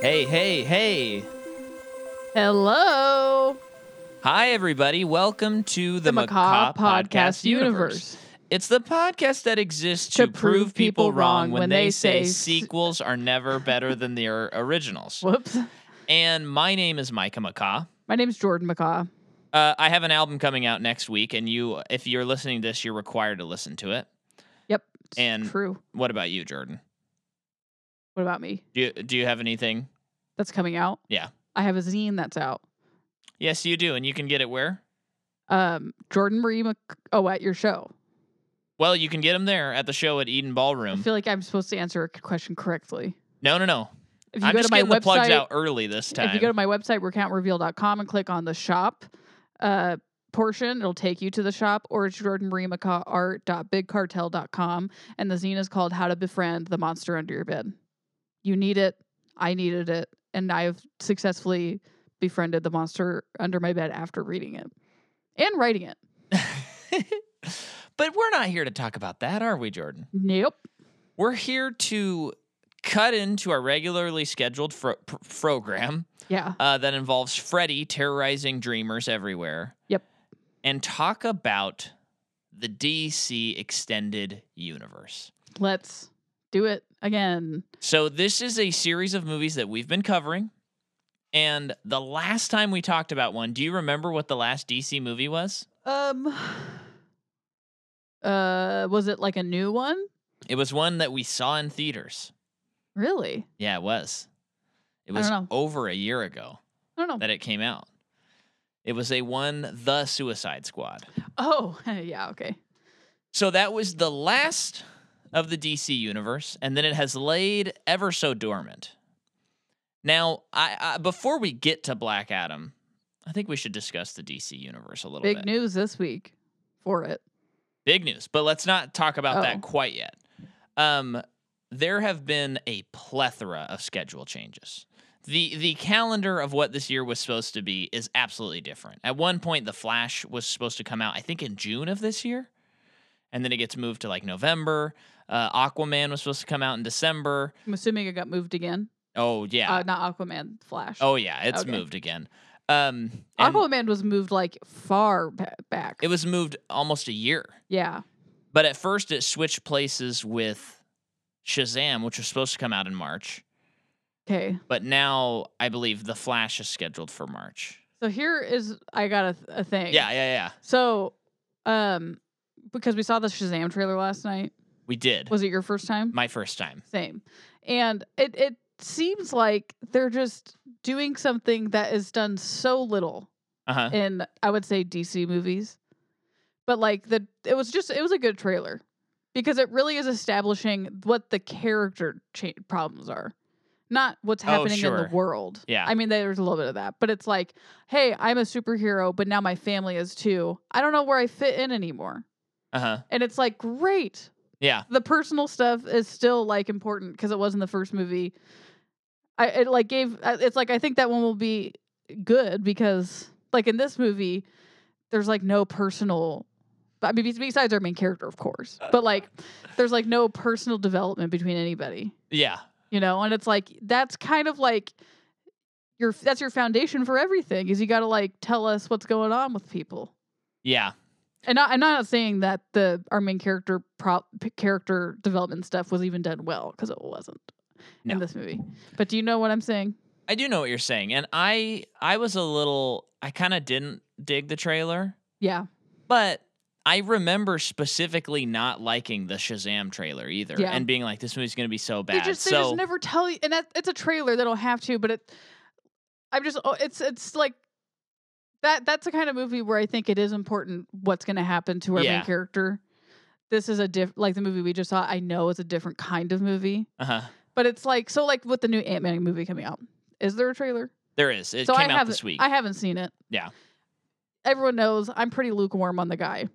Hey, hey, hey. Hello. Hi, everybody. Welcome to the, Macaw, Podcast Universe. It's the podcast that exists to, prove people wrong when they say s- sequels are never better than their originals. Whoops. And my name is Micah Macaw. My name's Jordan McCaw. Uh, I have an album coming out next week, and you, if you're listening to this, you're required to listen to it. Yep. it's And- true. What about you, Jordan? What about me? Do you, do you have anything? That's coming out. Yeah. I have a zine that's out. Yes, you do, and you can get it where? Um, Jordan Marie Mc- Oh, at your show. Well, you can get them there at the show at Eden I Ballroom. feel like I'm supposed to answer a question correctly. No, no, no. If I'm just getting the plugs out early this time. if you go to my website, recountreveal.com, and click on the shop uh, portion, it'll take you to the shop, or it's jordanmarieMcCawArt.BigCartel.com. And the zine is called How to Befriend the Monster Under Your Bed. You need it. I needed it. And I have successfully befriended the monster under my bed after reading it and writing it. but we're not here to talk about that, are we, Jordan? Nope. We're here to cut into our regularly scheduled fro- pr- program Yeah. uh, that involves Freddy terrorizing dreamers everywhere. Yep. And talk about the DC extended universe. Let's do it again. So this is a series of movies that we've been covering. And the last time we talked about one, do you remember what the last DC movie was? Um, uh, was it like a new one? It was one that we saw in theaters. Really? Yeah, it was. It I was don't know. over a year ago I don't know. that it came out. It was a one the Suicide Squad. Oh, yeah, okay. So that was the last of the DC universe, and then it has laid ever so dormant. Now, I, I before we get to Black Adam, I think we should discuss the DC universe a little Big bit. news this week for it. Big news, but let's not talk about Oh. that quite yet. Um, there have been a plethora of schedule changes. The the calendar of what this year was supposed to be is absolutely different. At one point, The Flash was supposed to come out, I think, in June of this year, and then it gets moved to like November. Uh, Aquaman was supposed to come out in December. I'm assuming it got moved again. Oh yeah, Uh, not Aquaman, Flash. oh yeah, it's okay. moved again. Um, and Aquaman was moved like far ba- back. it was moved almost a year. yeah, But at first, it switched places with Shazam, which was supposed to come out in March. okay. But now I believe The Flash is scheduled for March. So here is I got a, th- a thing. Yeah, yeah, yeah. So, um, because we saw the Shazam trailer last night. We did. Was it your first time? My first time. Same. And it it seems like they're just doing something that is done so little Uh huh. in I would say DC movies. But like the it was just it was a good trailer because it really is establishing what the character cha- problems are, not what's Oh, happening in sure. the world. Yeah. I mean, there's a little bit of that, but it's like, hey, I'm a superhero, but now my family is too. I don't know where I fit in anymore. Uh huh. And it's like, great. Yeah. The personal stuff is still like important because it was in the first movie. I it like gave I- it's like I think that one will be good because like in this movie, there's like no personal. I mean, bes- besides our main character, of course, but like there's like no personal development between anybody, Yeah. you know. And it's like that's kind of like your that's your foundation for everything is you got to like tell us what's going on with people Yeah. and I, I'm not saying that the our main character prop p- character development stuff was even done well because it wasn't No. in this movie. But do you know what I'm saying? I do know what you're saying, and I I was a little I kind of didn't dig the trailer, Yeah, but I remember specifically not liking the Shazam trailer either, Yeah. and being like, "This movie's gonna be so bad." they just they so just never tell you, and that it's a trailer. They don't have to, but it. I'm just oh, it's it's like that. That's the kind of movie where I think it is important what's going to happen to our Yeah. main character. This is a diff like the movie we just saw. I know is a different kind of movie, uh huh. but it's like so like with the new Ant Man movie coming out. Is there a trailer? There is. It so came I out haven't, this week. I haven't seen it. Yeah. Everyone knows I'm pretty lukewarm on the guy,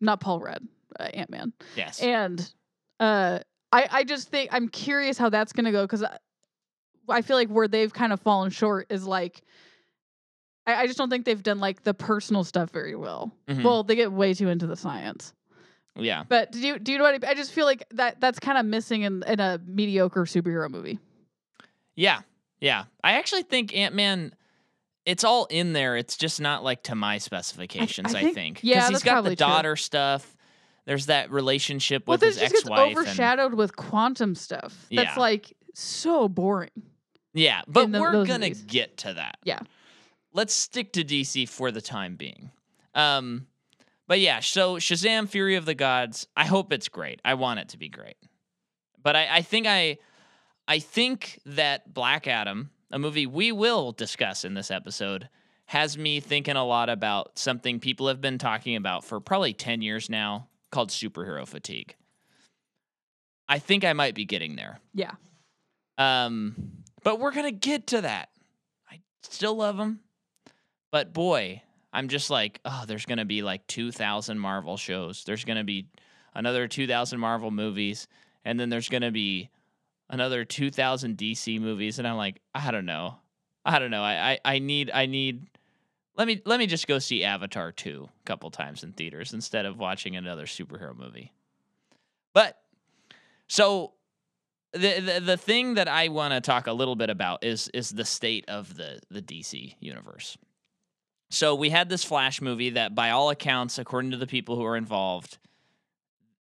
not Paul Rudd, uh, Ant Man, yes. and uh, I I just think I'm curious how that's gonna go because I, I feel like where they've kind of fallen short is like. I I just don't think they've done like the personal stuff very well. Mhm. Well, they get way too into the science. yeah. But do you do you know what I, I just feel like that that's kind of missing in in a mediocre superhero movie. Yeah. Yeah. I actually think Ant Man. It's all in there. It's just not like to my specifications. I, think- think. yeah, Because he's that's got the probably true. daughter stuff. There's that relationship well, with his this just gets ex-wife. and- overshadowed with quantum stuff. Yeah. That's like so boring. yeah, but in the- we're those gonna movies. get to that. Yeah. Let's stick to DC for the time being. Um, but yeah, so Shazam: Fury of the Gods. I hope it's great. I want it to be great. But I, I think I, I think that Black Adam, a movie we will discuss in this episode, has me thinking a lot about something people have been talking about for probably ten years now, called superhero fatigue. I think I might be getting there. Yeah. Um, but we're gonna get to that. I still love them, but boy, I'm just like, oh, there's gonna be like 2,000 Marvel shows. There's gonna be another 2,000 Marvel movies, and then there's gonna be another 2,000 DC movies, and I'm like, I don't know, I don't know. I I, I need I need. Let me let me just go see Avatar 2 a couple times in theaters instead of watching another superhero movie. But so the, the the thing that I want to talk a little bit about is is the state of the the DC universe. So we had this Flash movie that, by all accounts, according to the people who are involved,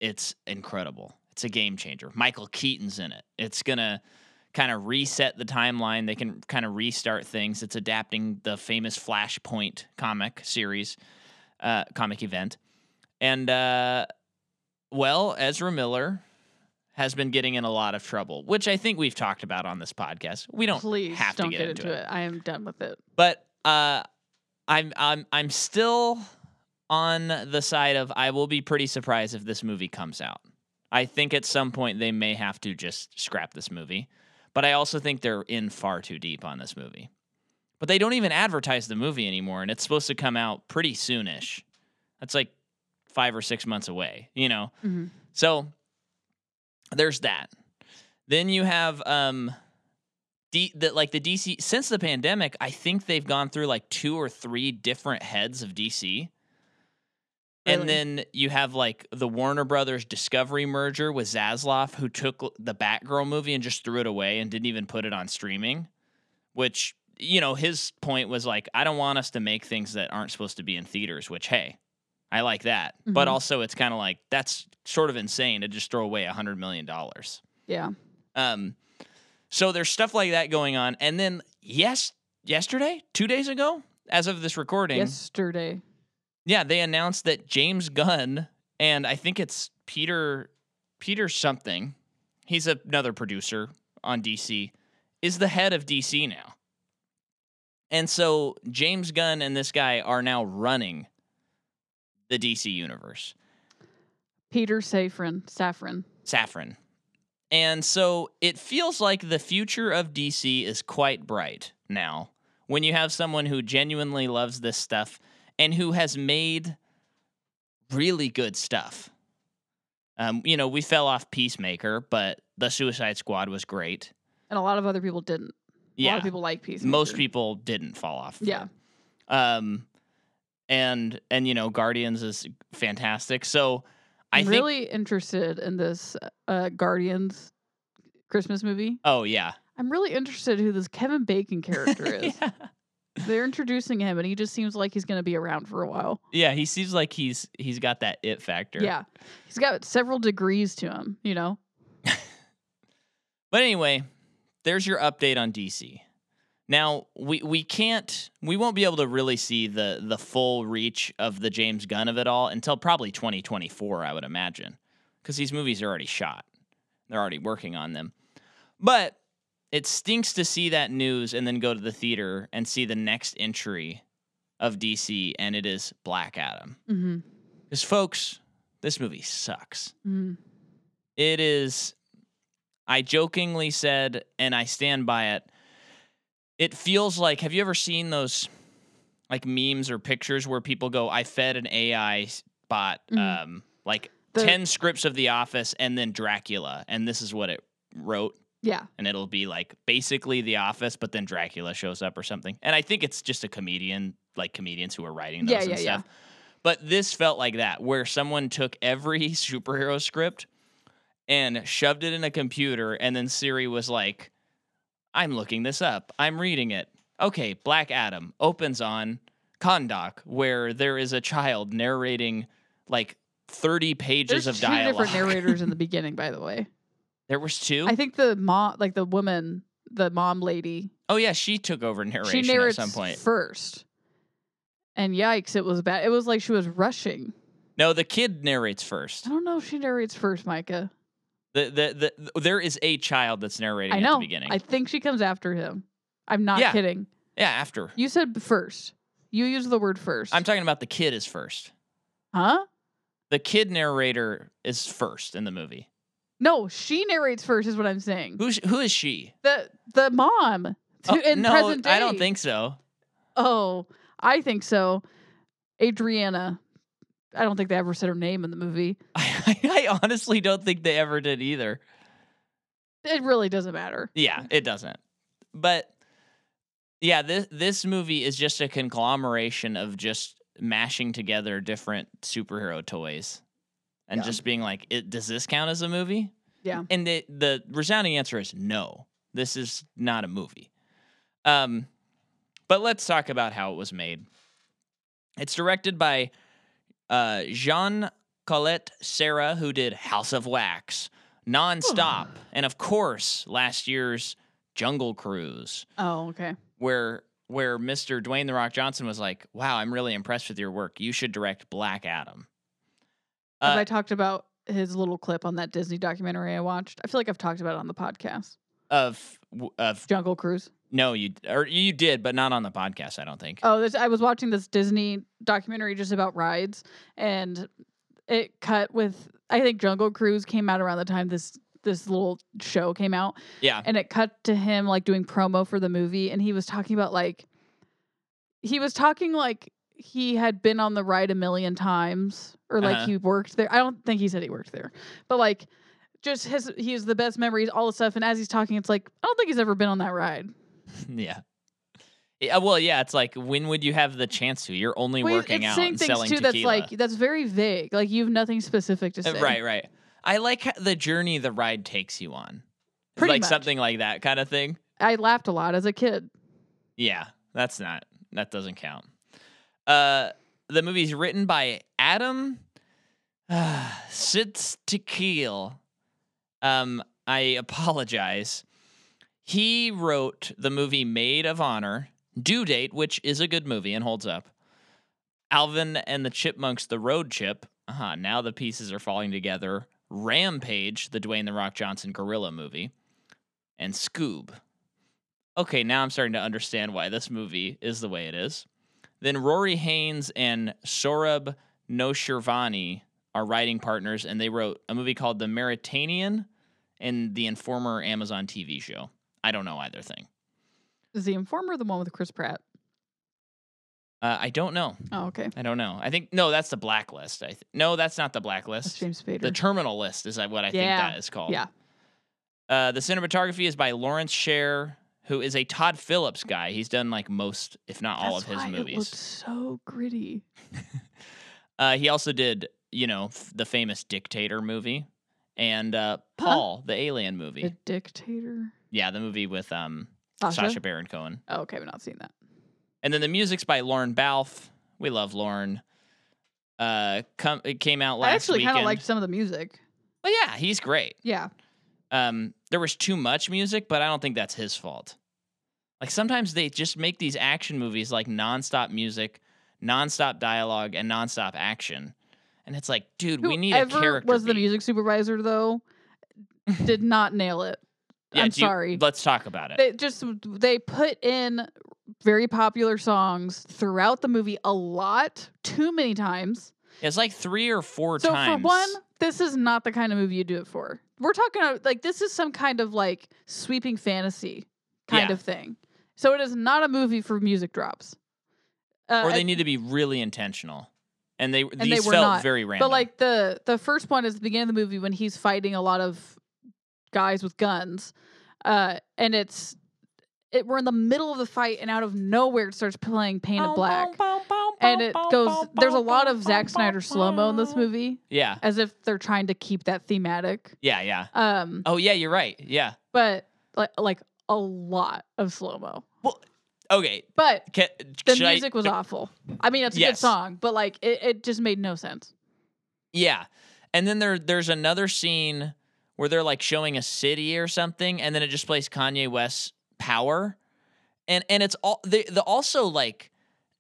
it's incredible. It's a game changer. Michael Keaton's in it. It's gonna kind of reset the timeline. They can kind of restart things. It's adapting the famous Flashpoint comic series, uh, comic event, and uh, well, Ezra Miller has been getting in a lot of trouble, which I think we've talked about on this podcast. We don't Please have don't to get, into, it. I am done with it. But uh, I'm I'm I'm still on the side of I will be pretty surprised if this movie comes out. I think at some point they may have to just scrap this movie, but I also think they're in far too deep on this movie. But they don't even advertise the movie anymore, and it's supposed to come out pretty soonish. That's like five or six months away, you know. Mhm. So there's that. Then you have um D that like the DC since the pandemic, I think they've gone through like two or three different heads of DC. And Really? then you have like the Warner Brothers Discovery merger with Zaslav, who took l- the Batgirl movie and just threw it away and didn't even put it on streaming. Which, you know, his point was like, I don't want us to make things that aren't supposed to be in theaters, which, hey, I like that. But Mhm. also, it's kind of like that's sort of insane to just throw away a $100 million. Yeah. Um, so there's stuff like that going on. And then, yes, yesterday, two days ago, as of this recording, Yesterday. yeah, they announced that James Gunn and I think it's Peter Peter something. He's a- another producer on DC is the head of DC now. And so James Gunn and this guy are now running the DC universe. Peter Safran. Saffron. Saffron. And so it feels like the future of DC is quite bright now when you have someone who genuinely loves this stuff and who has made really good stuff. Um, you know, we fell off Peacemaker, but the Suicide Squad was great. And a lot of other people didn't. A lot Yeah. of people like Peace. Most people didn't fall off. Yeah. Um and and you know, Guardians is fantastic. So I I'm think really interested in this uh, Guardians Christmas movie. Oh yeah. I'm really interested who this Kevin Bacon character is. yeah. They're introducing him, and he just seems like he's going to be around for a while. Yeah, he seems like he's he's got that it factor. Yeah, he's got several degrees to him. You know, But anyway, there's your update on DC. Now we we can't we won't be able to really see the the full reach of the James Gunn of it all until probably 2024, I would imagine, because these movies are already shot. They're already working on them. But it stinks to see that news and then go to the theater and see the next entry of DC, and it is Black Adam. hmm Because folks, this movie sucks. hmm It is, I jokingly said, and I stand by it. It feels like, have you ever seen those like memes or pictures where people go, I fed an AI bot Mhm. um, like 10 scripts of The Office and then Dracula, and this is what it wrote? yeah, And it'll be like basically The Office, but then Dracula shows up or something. And I think it's just a comedian, like comedians who are writing those yeah, and yeah, stuff. yeah. But this felt like that, where someone took every superhero script and shoved it in a computer, and then Siri was like, I'm looking this up. I'm reading it. Okay, Black Adam opens on Kondak, where there is a child narrating like 30 pages There's of two dialogue. different narrators in the beginning, by the way. there was two. I think the mom, like the woman, the mom lady, oh yeah, she took over she narration at narrates some point. first. And yikes, it was bad. It was like she was rushing. no, the kid narrates first. I don't know if she narrates first, Micah. The, the, the, there is a child that's narrating I at know. the beginning. I think she comes after him. I'm not Yeah. kidding. yeah, after. You said first. You used the word first. I'm talking about the kid is first. huh? The kid narrator is first in the movie. No, she narrates first. Is what I'm saying. Who who is she? The the mom to, Oh, in no, present day. I don't think so. Oh, I think so. Adriana. I don't think they ever said her name in the movie. I, I honestly don't think they ever did either. It really doesn't matter. Yeah, it doesn't. But yeah, this this movie is just a conglomeration of just mashing together different superhero toys and Yeah. just being like, it, does this count as a movie? Yeah. And the the resounding answer is no. This is not a movie. Um, but let's talk about how it was made. It's directed by uh, Jean Colette Serra, who did House of Wax, Nonstop, and of course last year's Jungle Cruise, Oh, okay. where where Mr. Dwayne the Rock Johnson was like, "Wow, I'm really impressed with your work. You should direct Black Adam." Have Uh, I talked about his little clip on that Disney documentary I watched? I feel like I've talked about it on the podcast. of of Jungle Cruise. no, you or you did, but not on the podcast. I don't think. Oh, this, I was watching this Disney documentary just about rides, and it cut with I think Jungle Cruise came out around the time this this little show came out, yeah, and it cut to him like doing promo for the movie, and he was talking about like he was talking like he had been on the ride a million times or like Uh-huh. he worked there. I don't think he said he worked there, but like just his he has the best memories, all the stuff. And as he's talking, it's like I don't think he's ever been on that ride. yeah. Yeah, well, yeah, it's like when would you have the chance to? You're only Well, working it's out saying and things selling too tequila. that's like that's very vague. Like you have nothing specific to Uh, say. Right, right. I like h- the journey the ride takes you on. Pretty like much. something like that kind of thing. I laughed a lot as a kid. Yeah, that's not that doesn't count. Uh the movie's written by Adam uh, Sitz Tequil. Um I apologize. He wrote the movie Maid of Honor, Due Date, which is a good movie and holds up. Alvin and the Chipmunks, The Road Chip. Uh-huh, now the pieces are falling together. Rampage, the Dwayne the Rock Johnson gorilla movie, and Scoob. Okay, now I'm starting to understand why this movie is the way it is. Then Rory Haynes and Sorab Noshirvani are writing partners, and they wrote a movie called The Mauritanian and the Informer Amazon TV show. I don't know either thing. Is the Informer the one with Chris Pratt? Uh, I don't know. Oh, okay. I don't know. I think no, that's the blacklist. I th- no, that's not the That's blacklist. James Spader. The terminal list is uh, what I Yeah. think that is called. Yeah. Uh, the cinematography is by Lawrence Sher, who is a Todd Phillips guy. He's done like most, if not all, That's of his why movies. It looked so gritty. Uh, he also did, you know, f- the famous Dictator movie and uh, Paul, the Alien movie. The dictator. yeah, the movie with um, Sasha. Sasha Baron Cohen. Oh, okay, I've not seen that. And then the music's by Lauren Balfe. We love Lauren. Uh, come, it came out last I actually weekend. of liked some of the music. But yeah, he's great. Yeah. Um, there was too much music, but I don't think that's his fault. Like sometimes they just make these action movies like nonstop music, nonstop dialogue, and nonstop action, and it's like, dude, we need a Whoever character. Was the beat. music supervisor though? did not nail it. Yeah, I'm do you- sorry. let's talk about it. they just they put in very popular songs throughout the movie a lot, too many times. it's like three or four So times. for one, this is not the kind of movie you do it for. We're talking about like this is some kind of like sweeping fantasy kind Yeah. of thing. So it is not a movie for music drops. Uh, or they I- need to be really intentional, and they they these were felt not. very random. but like the the first one is the beginning of the movie when he's fighting a lot of guys with guns, uh, and it's it we're in the middle of the fight and out of nowhere it starts playing Paint of Black, and it goes. There's a lot of Zack Snyder slow mo in this movie, yeah, as if they're trying to keep that thematic. yeah, yeah. Um, Oh yeah, you're right. Yeah, but like like a a lot of slow mo. Okay. But Can, the should I- music was awful. I mean, it's a good Yes. song, but like it, it just made no sense. Yeah. And then there there's another scene where they're like showing a city or something and then it just plays Kanye West's power. And and it's all the the also like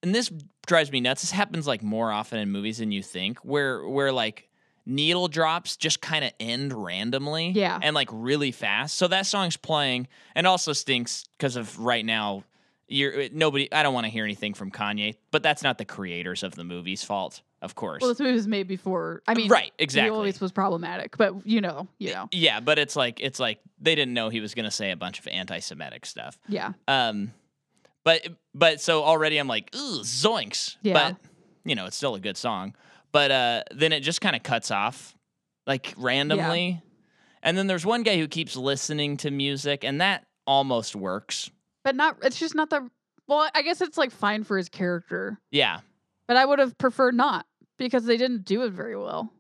and this drives me nuts. This happens like more often in movies than you think where where like needle drops just kind of end randomly Yeah. and like really fast. So that song's playing and also stinks because of right now you're nobody I don't want to hear anything from Kanye, but that's not the creators of the movie's fault, of course. Well, this movie was made before. I mean, right, he exactly. always was problematic, but you know, you know, Yeah, but it's like it's like they didn't know he was going to say a bunch of anti-Semitic stuff. yeah, Um, but but so already I'm like, ooh, zoinks. Yeah. But you know, it's still a good song. But uh, then it just kind of cuts off, like randomly. And then there's one guy who keeps listening to music, and that almost works. but not. It's just not the. Well, I guess it's like fine for his character, Yeah. but I would have preferred not because they didn't do it very well.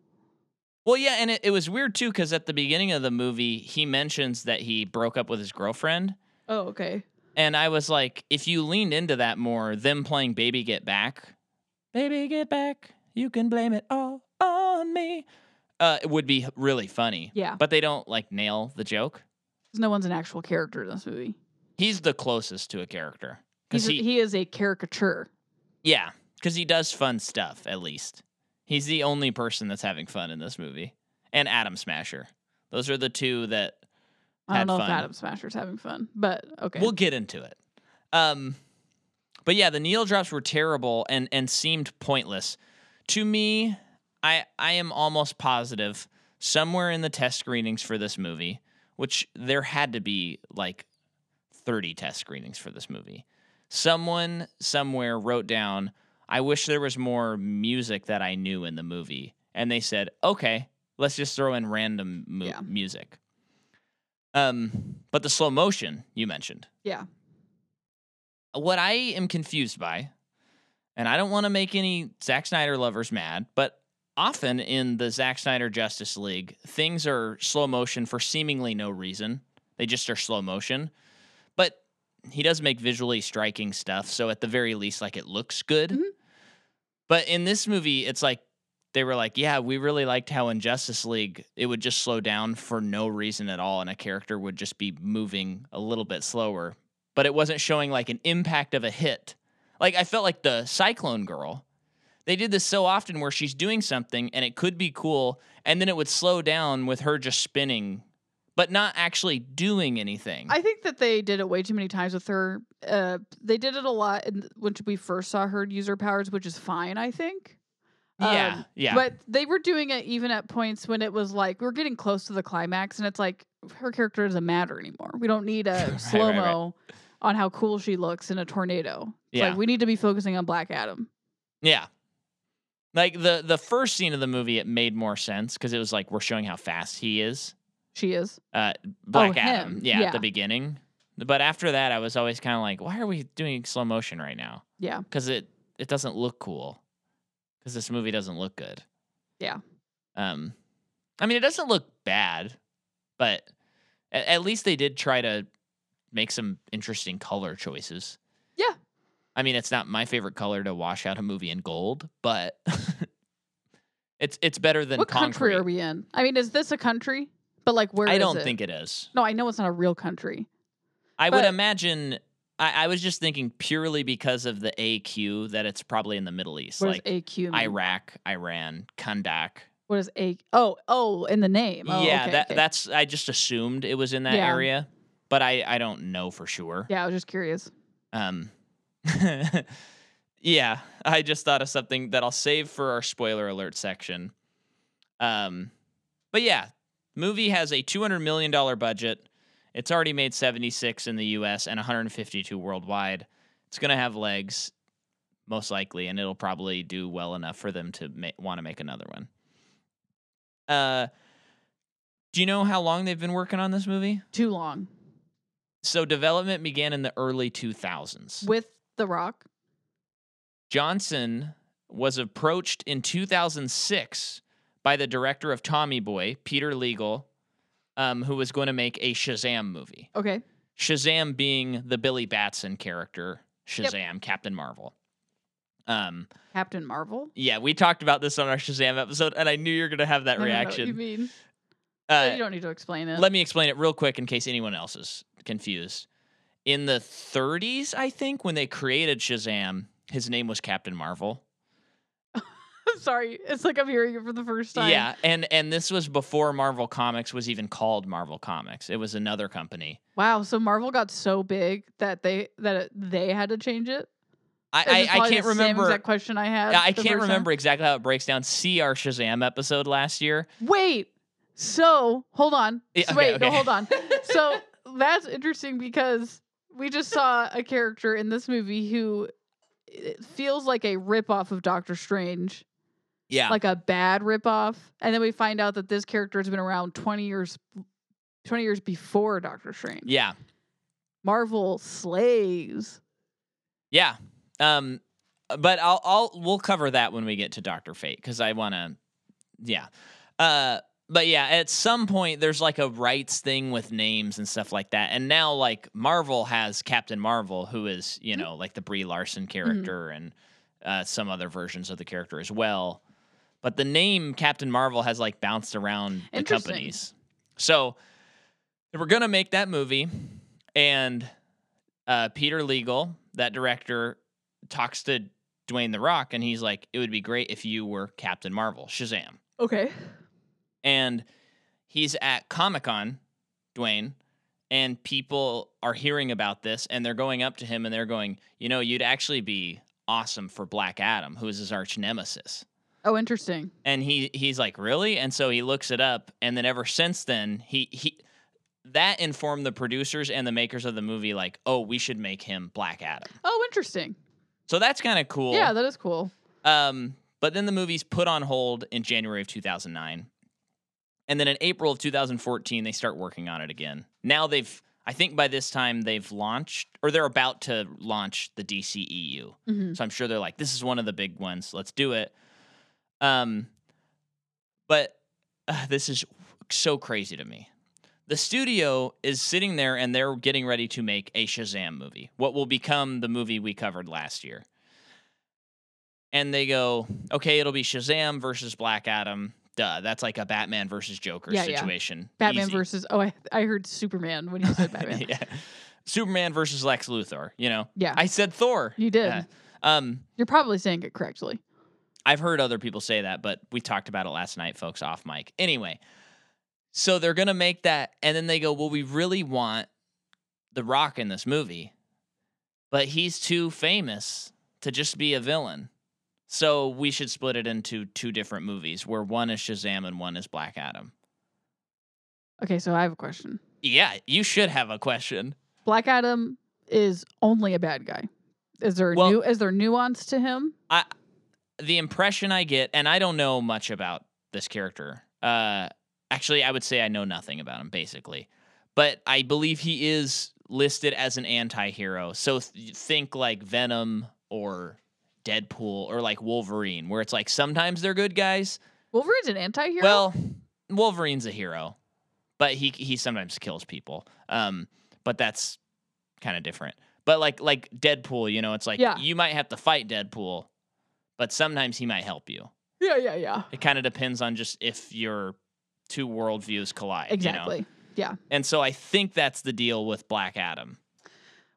Well, yeah, and it, it was weird too because at the beginning of the movie, he mentions that he broke up with his girlfriend, Oh, okay. And I was like, if you leaned into that more, them playing Baby Get Back, Baby Get Back, you can blame it all on me, uh, it would be really funny. Yeah, But they don't like nail the joke. 'Cause no one's an actual character in this movie. He's the closest to a character. Because he, He's a, he is a caricature. yeah, because he does fun stuff, at least. He's the only person that's having fun in this movie. And Adam Smasher. Those are the two that I Had don't know fun. if Adam Smasher's having fun, but okay. We'll get into it. Um, but yeah, the needle drops were terrible and and seemed pointless to me. I I am almost positive somewhere in the test screenings for this movie, which there had to be like thirty test screenings for this movie. Someone somewhere wrote down, "I wish there was more music that I knew in the movie," and they said, "Okay, let's just throw in random mu- Yeah. music." Um, but the slow motion you mentioned yeah, what I am confused by, and I don't want to make any Zack Snyder lovers mad, but often in the Zack Snyder Justice League, things are slow motion for seemingly no reason. They just are slow motion. But he does make visually striking stuff, so at the very least, like it looks good. Mhm. But in this movie, it's like they were like, yeah, we really liked how in Justice League it would just slow down for no reason at all, and a character would just be moving a little bit slower but it wasn't showing like an impact of a hit. Like I felt like the Cyclone Girl. They did this so often where she's doing something and it could be cool, and then it would slow down with her just spinning, but not actually doing anything. I think that they did it way too many times with her. Uh, they did it a lot in, when we first saw her use her powers, which is fine, I think. yeah, Um, yeah, But they were doing it even at points when it was like we're getting close to the climax, and it's like her character doesn't matter anymore. We don't need a Right, right, slow mo on how cool she looks in a tornado. It's Yeah. like we need to be focusing on Black Adam. yeah. Like the the first scene of the movie, it made more sense because it was like we're showing how fast he is, She is. uh, Black Oh, him. Adam. Yeah, at Yeah. the beginning. But after that, I was always kind of like, why are we doing slow motion right now? Yeah. because it it doesn't look cool because this movie doesn't look good Yeah. um i mean it doesn't look bad but at, at least they did try to make some interesting color choices Yeah. i mean it's not my favorite color to wash out a movie in gold but it's it's better than what concrete country are we in? I mean, is this a country? But like, where? i is don't it? think it is No, I know it's not a real country. i would But- imagine I, I was just thinking purely because of the aq that it's probably in the middle east What is like AQ? mean? iraq iran kandak What is A? Oh, oh, in the name. Oh, yeah, okay, that okay. that's I just assumed it was in that Yeah. area, but I I don't know for sure. Yeah, I was just curious. Um Yeah, I just thought of something that I'll save for our spoiler alert section. Um but yeah, movie has a 200 million dollar budget. It's already made 76 in the US and 152 worldwide. It's going to have legs most likely and it'll probably do well enough for them to ma- want to make another one. Uh do you know how long they've been working on this movie? Too long So development began in the early 2000s. with The Rock. Johnson was approached in 2006 by the director of Tommy Boy, Peter Legal, um, who was going to make a Shazam movie. Okay, Shazam being the Billy Batson character, Shazam, Captain Marvel. Um, Captain Marvel. yeah, we talked about this on our Shazam episode, and I knew you're gonna have that I don't know what reaction. you mean? Uh, you don't need to explain it. let me explain it real quick in case anyone else is confused. In the 30s, I think, when they created Shazam, his name was Captain Marvel. I'm sorry. It's like I'm hearing it for the first time. Yeah, and and this was before Marvel Comics was even called Marvel Comics. It was another company. Wow. So Marvel got so big that they that it, they had to change it. I This is I, I probably can't the Same remember. exact question I had. I can't the first time. remember exactly how it breaks down. See our Shazam episode last year. Wait. So hold on. Yeah, So okay, Wait. okay. No, hold on. so that's interesting because we just saw a character in this movie who it feels like a ripoff of Doctor Strange, Yeah, like a bad ripoff, and then we find out that this character has been around twenty years, twenty years before Doctor Strange. yeah, Marvel slays. yeah. Um, but I'll I'll we'll cover that when we get to Doctor Fate because I want to. Yeah. Uh, but yeah, at some point there's like a rights thing with names and stuff like that, and now like Marvel has Captain Marvel, who is you Mhm. know like the Brie Mm-hmm. Larson character and uh, some other versions of the character as well. But the name Captain Marvel has like bounced around the Interesting. companies, so they we're gonna make that movie, and uh, Peter Legal, that director, talks to Dwayne the Rock, and he's like, "It would be great if you were Captain Marvel, Shazam." Okay. and he's at Comic Con, Dwayne, and people are hearing about this and they're going up to him and they're going, you know, you'd actually be awesome for Black Adam, who is his arch nemesis. Oh, interesting. And he he's like, really? And so he looks it up, and then ever since then, he he that informed the producers and the makers of the movie, like, oh, we should make him Black Adam. Oh, interesting. So that's kind of cool. Yeah, that is cool. Um, but then the movie's put on hold in January of 2009. And then in April of 2014, they start working on it again. Now they've, I think by this time, they've launched or they're about to launch the E DCEU. Mhm. So I'm sure they're like, this is one of the big ones. Let's do it. Um, but uh, this is so crazy to me. The studio is sitting there and they're getting ready to make a Shazam movie, what will become the movie we covered last year. And they go, okay, it'll be Shazam versus Black Adam. Duh, that's like a Batman versus Joker Yeah, yeah. situation. Batman Easy. versus oh, I, I heard Superman when you said Batman. yeah. Superman versus Lex Luthor, you know? yeah, I said Thor. you did. Yeah. Um, You're probably saying it correctly. I've heard other people say that, but we talked about it last night, folks, off mic. Anyway, so they're going to make that, and then they go, well, we really want The Rock in this movie, but he's too famous to just be a villain. So we should split it into two different movies where one is Shazam and one is Black Adam. Okay, so I have a question. Yeah, you should have a question. Black Adam is only a bad guy. Is there Well- new? Is there nuance to him? the impression I get, and I don't know much about this character. Uh, actually, I would say I know nothing about him, basically. But I believe he is listed as an anti-hero. So th- think like Venom or Deadpool or like Wolverine, where it's like sometimes they're good guys. Wolverine's an anti-hero. Well, Wolverine's a hero, but he he sometimes kills people. Um, but that's kind of different. But like like Deadpool, you know, it's like Yeah. you might have to fight Deadpool, but sometimes he might help you. yeah, yeah, yeah. It kind of depends on just if your two worldviews collide. Exactly. You know? And so I think that's the deal with Black Adam.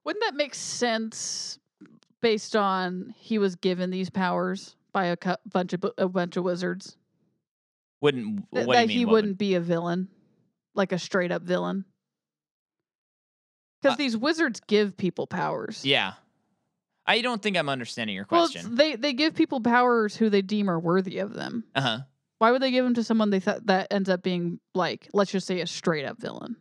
Wouldn't that make sense based on he was given these powers by a cou- bunch of a bunch of wizards? Wouldn't Th- what do you that mean? he what would- wouldn't be a villain, like a straight up villain. Because Uh, these wizards give people powers. Yeah. I don't think I'm understanding your Well, it's- question. they they give people powers who they deem are worthy of them. uh huh. Why would they give them to someone they thought that ends up being like, let's just say, a straight up villain?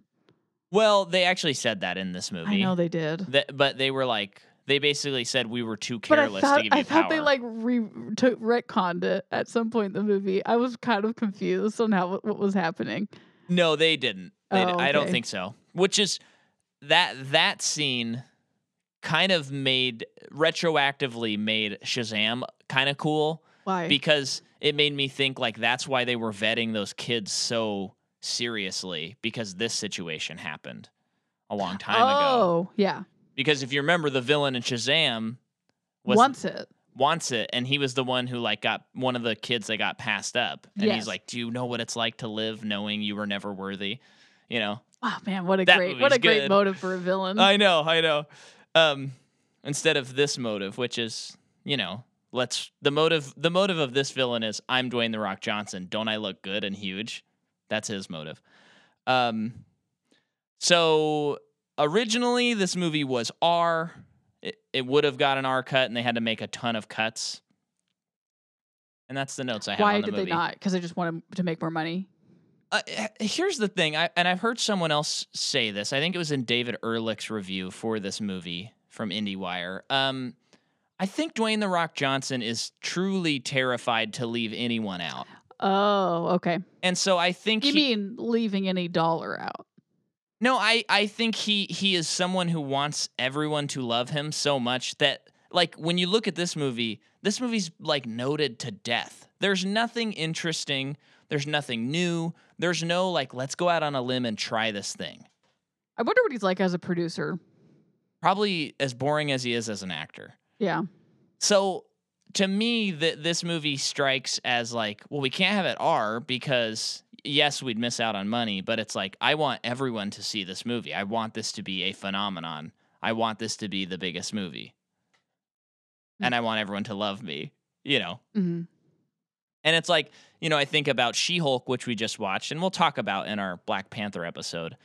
Well, they actually said that in this movie. I know they did, That- but they were like, they basically said we were too but I careless to thought give you I thought they power. like re took retconned it at some point in the movie. I was kind of confused on how what was happening. No, they didn't. They d- Oh, I don't okay. think so. Which is that that scene kind of made retroactively made Shazam kind of cool Why? because it made me think like that's why they were vetting those kids so seriously because this situation happened. a long time ago. oh, yeah. Because if you remember, the villain in Shazam was Wants it. wants it, and he was the one who like got one of the kids that got passed up, and Yes. he's like, "Do you know what it's like to live knowing you were never worthy?" You know. Oh man, what a That great movie's what a great good. motive for a villain. I know, I know. Um, instead of this motive, which is you know, let's the motive. The motive of this villain is I'm Dwayne the Rock Johnson. Don't I look good and huge? That's his motive. Um, so originally this movie was R. It, it would have got an R cut, and they had to make a ton of cuts. And that's the notes I have. Why on the did movie. they not? Because they just wanted to make more money. Uh, h- here's the thing, I, and I've heard someone else say this. I think it was in David Ehrlich's review for this movie from IndieWire. Um, I think Dwayne the Rock Johnson is truly terrified to leave anyone out, Oh, okay. and so I think You he, mean leaving any dollar out? no, I I think he he is someone who wants everyone to love him so much that like when you look at this movie, this movie's like noted to death. There's nothing interesting. There's nothing new. There's no like let's go out on a limb and try this thing. I wonder what he's like as a producer. probably as boring as he is as an actor. Yeah. So to me, that this movie strikes as like, well, we can't have it R because yes, we'd miss out on money, but it's like I want everyone to see this movie. I want this to be a phenomenon. I want this to be the biggest movie, and I want everyone to love me. You know, hmm and it's like, you know, I think about She Hulk, which we just watched, and we'll talk about in our Black Panther episode.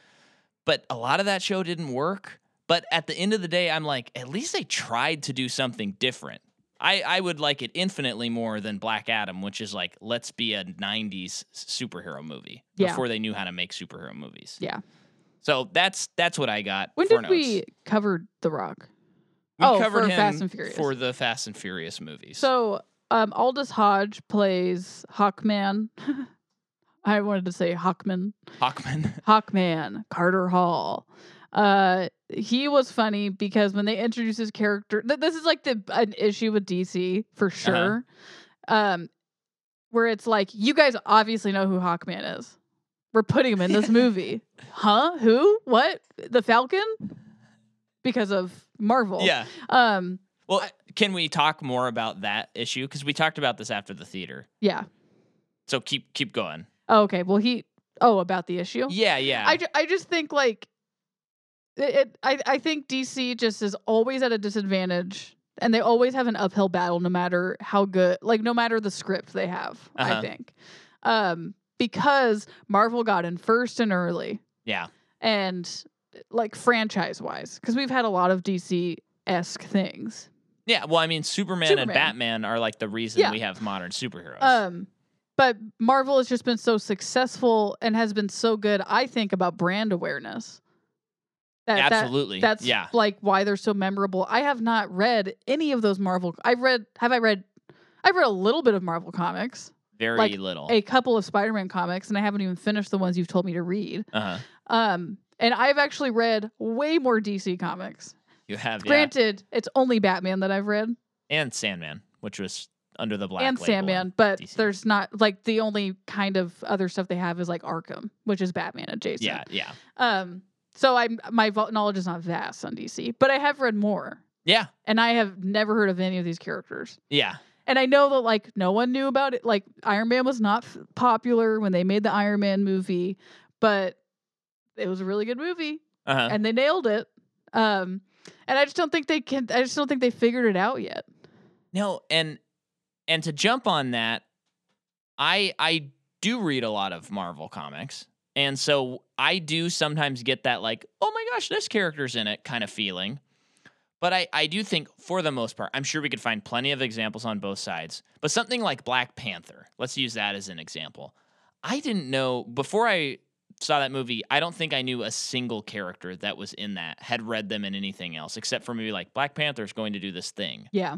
But a lot of that show didn't work. But at the end of the day, I'm like, at least they tried to do something different. I, I would like it infinitely more than Black Adam, which is like, let's be a 90s superhero movie Yeah. before they knew how to make superhero movies. Yeah. So that's that's what I got. When for did notes. we cover The Rock? We oh, covered for him Fast and Furious. for the Fast and Furious movies. So um, Aldous Hodge plays Hawkman. I wanted to say Hawkman. Hawkman. Hawkman, Carter Hall. Uh, he was funny because when they introduced his character, th- this is like the an issue with DC for sure, um, where it's like you guys obviously know who Hawkman is. We're putting him in this movie, huh? Who? What? The Falcon? Because of Marvel. yeah. Um. Well, can we talk more about that issue? Because we talked about this after the theater. Yeah. So keep keep going. Oh, okay. Well, he. Oh, about the issue. Yeah, yeah. I, ju- I just think like it, it I, I think DC just is always at a disadvantage and they always have an uphill battle no matter how good like no matter the script they have I Uh-huh. think um because Marvel got in first and early yeah. and like franchise wise because we've had a lot of DC esque things Yeah. Well, I mean, Superman, and Superman. Batman are like the reason Yeah. we have modern superheroes. Um, but Marvel has just been so successful and has been so good, I think, about brand awareness. That, that- Absolutely. that's yeah. like why they're so memorable. I have not read any of those Marvel. I've read. Have I read? I've read a little bit of Marvel comics, Very like, little. a couple of Spider-Man comics, and I haven't even finished the ones you've told me to read. uh-huh. Um, and I've actually read way more DC comics. You have yeah. Granted, it's only Batman that I've read. and Sandman, which was under the black and label. Sandman, but DC. there's not like the only kind of other stuff they have is like Arkham, which is Batman adjacent. Yeah, yeah, Um. So I am my vo- knowledge is not vast on DC, but I have read more, yeah, and I have never heard of any of these characters. yeah. And I know that like no one knew about it. Like Iron Man was not f- popular when they made the Iron Man movie, but it was a really good movie, Uh huh. and they nailed it. Um. And I just don't think they can. I just don't think they figured it out yet. No, and and to jump on that, I I do read a lot of Marvel comics. And so I do sometimes get that like, oh my gosh, this character's in it kind of feeling. But I, I do think for the most part, I'm sure we could find plenty of examples on both sides. But something like Black Panther, let's use that as an example. I didn't know before I saw that movie, I don't think I knew a single character that was in that, had read them in anything else, except for maybe like Black Panther's going to do this thing. Yeah.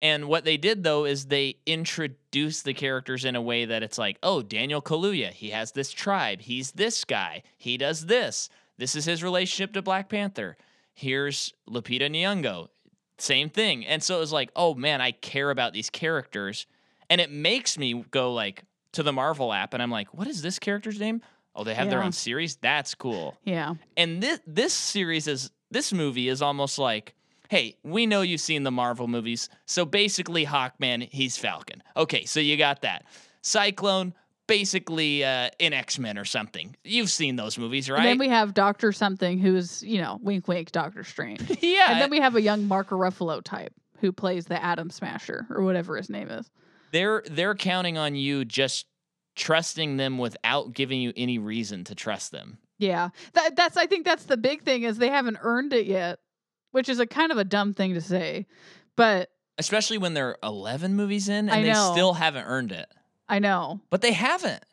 And what they did though is they introduced the characters in a way that it's like, oh, Daniel Kaluuya, he has this tribe, he's this guy, he does this. This is his relationship to Black Panther. Here's Lupita Nyong'o, same thing. And so it was like, oh man, I care about these characters, and it makes me go like to the Marvel app, and I'm like, what is this character's name? Oh, they have their Yeah. own series. That's cool. Yeah. And this this series is this movie is almost like, hey, we know you've seen the Marvel movies, so basically Hawkman, he's Falcon. Okay, so you got that. Cyclone, basically uh, in X Men or something. You've seen those movies, right? And then we have Doctor Something, who's you know, wink, wink, Doctor Strange. yeah. And then we have a young Mark Ruffalo type who plays the Atom Smasher or whatever his name is. they're they're counting on you just trusting them without giving you any reason to trust them. Yeah, that, that's I think that's the big thing is they haven't earned it yet, which is a kind of a dumb thing to say, but Especially when they're 11 movies in and I they know. still haven't earned it. I know. But they haven't.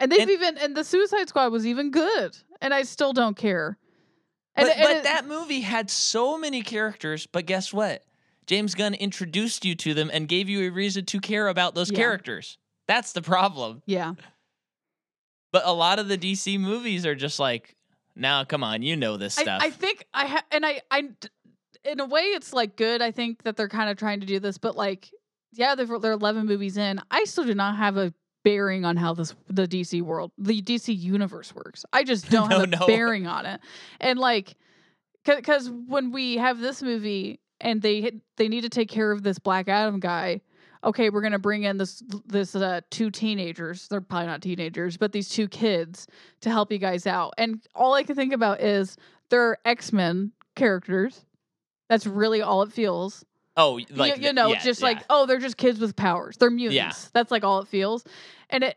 And they've And- even and the Suicide Squad was even good, and I still don't care. And, But, and but it- that movie had so many characters, but guess what? James Gunn introduced you to them and gave you a reason to care about those Yeah. characters. That's the problem. yeah, But a lot of the DC movies are just like, now come on, you know this I, stuff. I think I ha- and I I in a way it's like good. I think that they're kind of trying to do this, but like yeah, they're they're eleven movies in. I still do not have a bearing on how this the DC world, the DC universe works. I just don't have No, a no. bearing on it. And like because when we have this movie and they hit- they need to take care of this Black Adam guy. Okay, we're gonna bring in this this uh, two teenagers. They're probably not teenagers, but these two kids to help you guys out. And all I can think about is they're X Men characters. That's really all it feels. oh, You- like you, the- know, yeah, just yeah. like oh, they're just kids with powers. They're mutants. That's like all it feels. And it,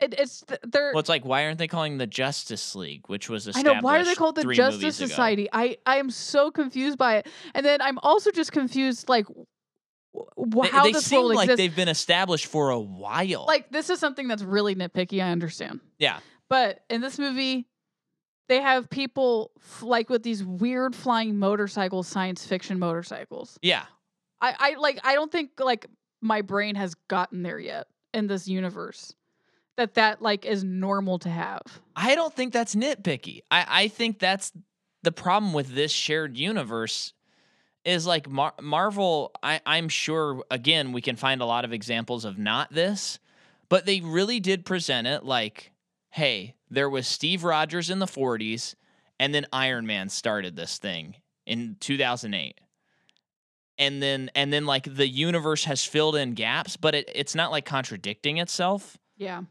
it it's th- they're. Well, it's like why aren't they calling the Justice League, which was I established? know why are they called the three Justice movies ago? Society? I I am so confused by it. And then I'm also just confused like w- They, w- how they this seem world like exists. they've been established for a while. Like this is something that's really nitpicky. I understand. yeah, But in this movie, they have people f- like with these weird flying motorcycles, science fiction motorcycles. yeah. I, I like I don't think like my brain has gotten there yet in this universe that that like is normal to have. I don't think that's nitpicky. I, I think that's the problem with this shared universe is like Mar- Marvel. I, I'm sure, again, we can find a lot of examples of not this, but they really did present it like, hey, there was Steve Rogers in the 40s, and then Iron Man started this thing in 2008. And then, and then, like the universe has filled in gaps, but it, it's not like contradicting itself. Yeah.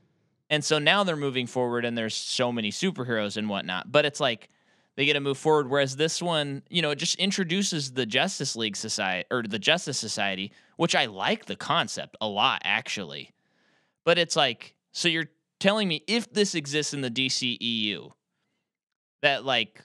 And so now they're moving forward and there's so many superheroes and whatnot. But it's like they get to move forward. Whereas this one, you know, it just introduces the Justice League Society or the Justice Society, which I like the concept a lot, actually. But it's like, so you're telling me if this exists in the DCEU, that like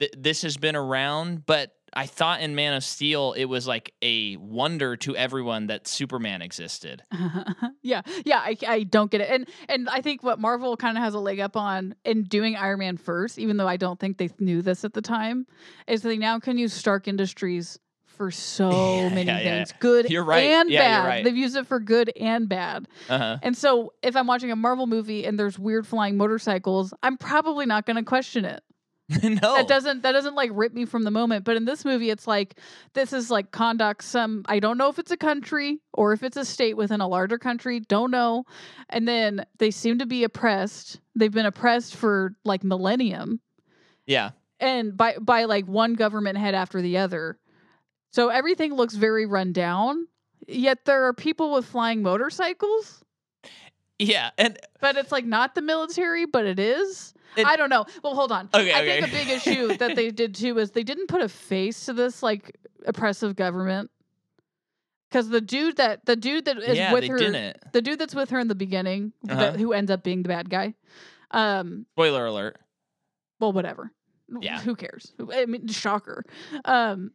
th- this has been around, but I thought in Man of Steel it was like a wonder to everyone that Superman existed. yeah. Yeah, I I don't get it. And and I think what Marvel kind of has a leg up on in doing Iron Man first, even though I don't think they knew this at the time, is they now can use Stark Industries for so Yeah, many yeah, yeah. things, good You're right. and Yeah, you're bad. right. They've used it for good and bad. Uh huh. And so if I'm watching a Marvel movie and there's weird flying motorcycles, I'm probably not going to question it. no. That doesn't that doesn't like rip me from the moment, but in this movie it's like this is like conduct some I don't know if it's a country or if it's a state within a larger country, don't know. And then they seem to be oppressed. They've been oppressed for like millennium yeah. and by by like one government head after the other. So everything looks very run down. Yet there are people with flying motorcycles. Yeah. And but it's like not the military, but it is. It- I don't know. Well, hold on. Okay, I okay. think a big issue that they did too is they didn't put a face to this like oppressive government. Because the dude that the dude that is yeah, with they her, didn't. the dude that's with her in the beginning, Uh-huh. that, who ends up being the bad guy. Um, Spoiler alert. well, whatever. Yeah. Who cares? I mean, shocker. Um,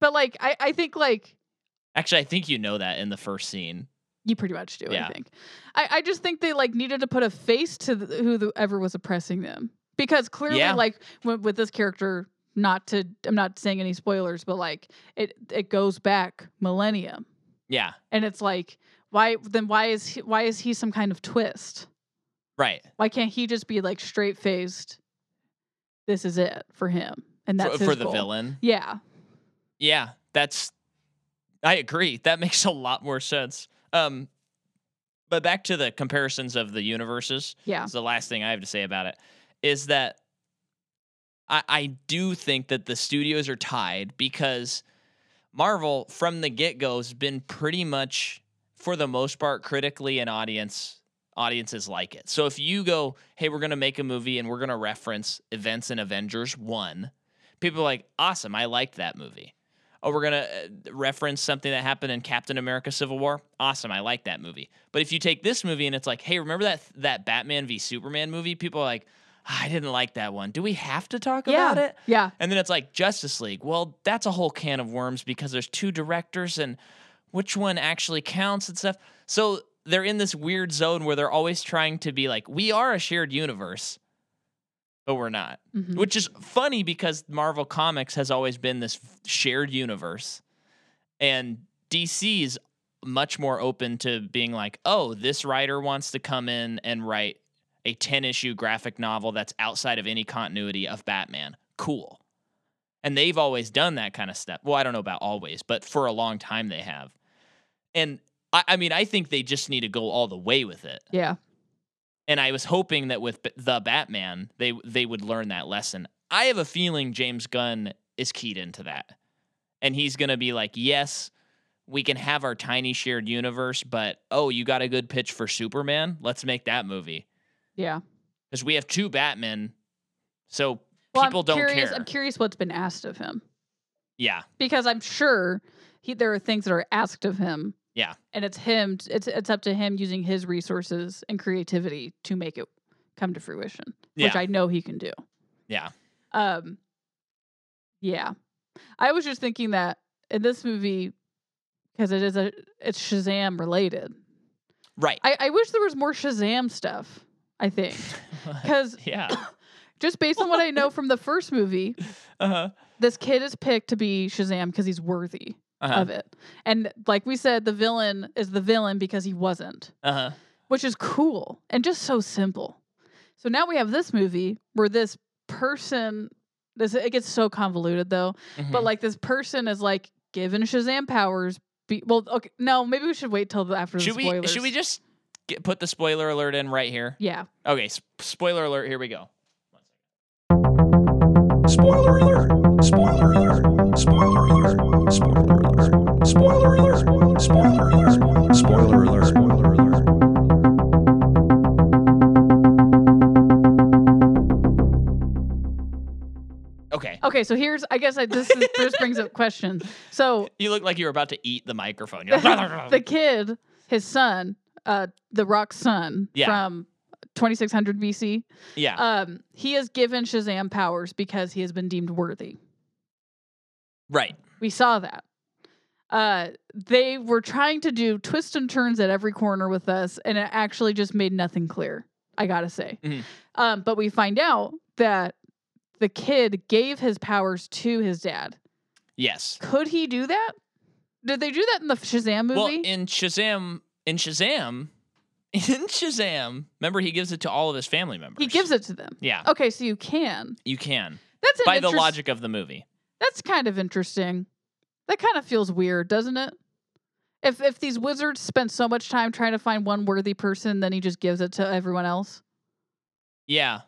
but like, I I think like Actually, I think you know that in the first scene. You pretty much do, Yeah. I think. I, I just think they like needed to put a face to the, who the, ever was oppressing them because clearly, Yeah. like w- with this character, not to I'm not saying any spoilers, but like it it goes back millennium, Yeah, and it's like why then why is he, why is he some kind of twist? right. Why can't he just be like straight faced? This is it for him, and For, that's his for the goal. villain. Yeah, Yeah, that's. I agree. That makes a lot more sense. Um, But back to the comparisons of the universes. Yeah. It's the last thing I have to say about it is that I, I do think that the studios are tied because Marvel, from the get go, has been pretty much, for the most part, critically and audience audiences like it. So if you go, hey, we're gonna make a movie and we're gonna reference events in Avengers one, people are like, awesome, I liked that movie. Oh, we're gonna uh, reference something that happened in Captain America: Civil War. Awesome, I like that movie. But if you take this movie and it's like, hey, remember that that Batman v Superman movie? People are like, "Ah, I didn't like that one. Do we have to talk yeah. about it? Yeah. And then it's like Justice League. Well, that's a whole can of worms because there's two directors and which one actually counts and stuff. So they're in this weird zone where they're always trying to be like, we are a shared universe, but we're not. Mhm. Which is funny because Marvel Comics has always been this shared universe. And DC's much more open to being like, oh, this writer wants to come in and write a 10 issue graphic novel that's outside of any continuity of Batman. Cool. And they've always done that kind of stuff. Well, I don't know about always, but for a long time they have. And I, I mean, I think they just need to go all the way with it Yeah. and I was hoping that with B- the Batman, they they would learn that lesson. I have a feeling James Gunn is keyed into that, and he's gonna be like, "Yes, we can have our tiny shared universe, but oh, you got a good pitch for Superman? Let's make that movie Yeah. because we have two Batmen, so Well, people I'm don't curious, care." I'm curious what's been asked of him yeah, because I'm sure he there are things that are asked of him. Yeah. And it's him. It's it's up to him using his resources and creativity to make it come to fruition, yeah, which I know he can do. yeah, Um, yeah, I was just thinking that in this movie, because it is a it's Shazam related. right. I, I wish there was more Shazam stuff. I think because yeah, just based on what I know from the first movie, uh-huh. this kid is picked to be Shazam because he's worthy uh-huh, of it, and like we said, the villain is the villain because he wasn't, uh-huh, which is cool and just so simple. So now we have this movie where this person. This, it gets so convoluted though mhm. but like this person is like given Shazam powers. Be- well, okay, no, maybe we should wait till the, after should the we spoilers. should we just get, put the spoiler alert in right here? Yeah, Okay, sp- spoiler alert. Here we go. Spoiler alert! Spoiler alert! Spoiler alert! Spoiler alert! Spoiler alert! Spoiler alert! Spoiler alert! Spoiler alert! Okay. okay. So here's, I guess, I this is, this brings up questions. So You look like you were about to eat the microphone. You're like, the kid, his son, uh, the Rock's son Yeah. from 2600 BC, yeah. um, he is given Shazam powers because he has been deemed worthy. right. We saw that. Uh, they were trying to do twists and turns at every corner with us, and it actually just made nothing clear. I gotta say. Mhm. Um, but we find out that the kid gave his powers to his dad. Yes. Could he do that? Did they do that in the Shazam movie? Well, in Shazam, in Shazam, in Shazam, remember he gives it to all of his family members. he gives it to them. Yeah, Okay, so you can. you can That's an by the interest- logic of the movie. That's kind of interesting. That kind of feels weird, doesn't it? If if these wizards spent so much time trying to find one worthy person, then he just gives it to everyone else. Yeah.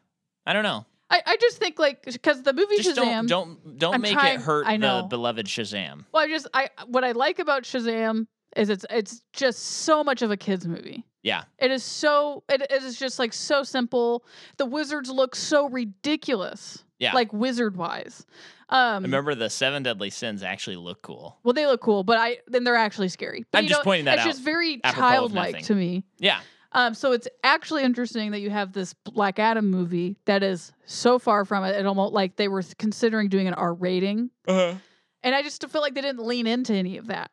I don't know. I, I just think like because the movie Just Shazam. don't don't don't I'm make trying- it hurt I know. the beloved Shazam. Well, I just I what I like about Shazam is it's it's just so much of a kids movie. Yeah. It is so it, it is just like so simple. The wizards look so ridiculous. Yeah. Like wizard wise. Um Remember the seven deadly sins actually look cool. well they look cool, but I then they're actually scary. But I'm you just know, pointing that it's out, just very apropos of childlike nothing. to me. Yeah. Um so it's actually interesting that you have this Black Adam movie that is so far from it. It almost like they were considering doing an R rating. Uh-huh. And I just feel like they didn't lean into any of that.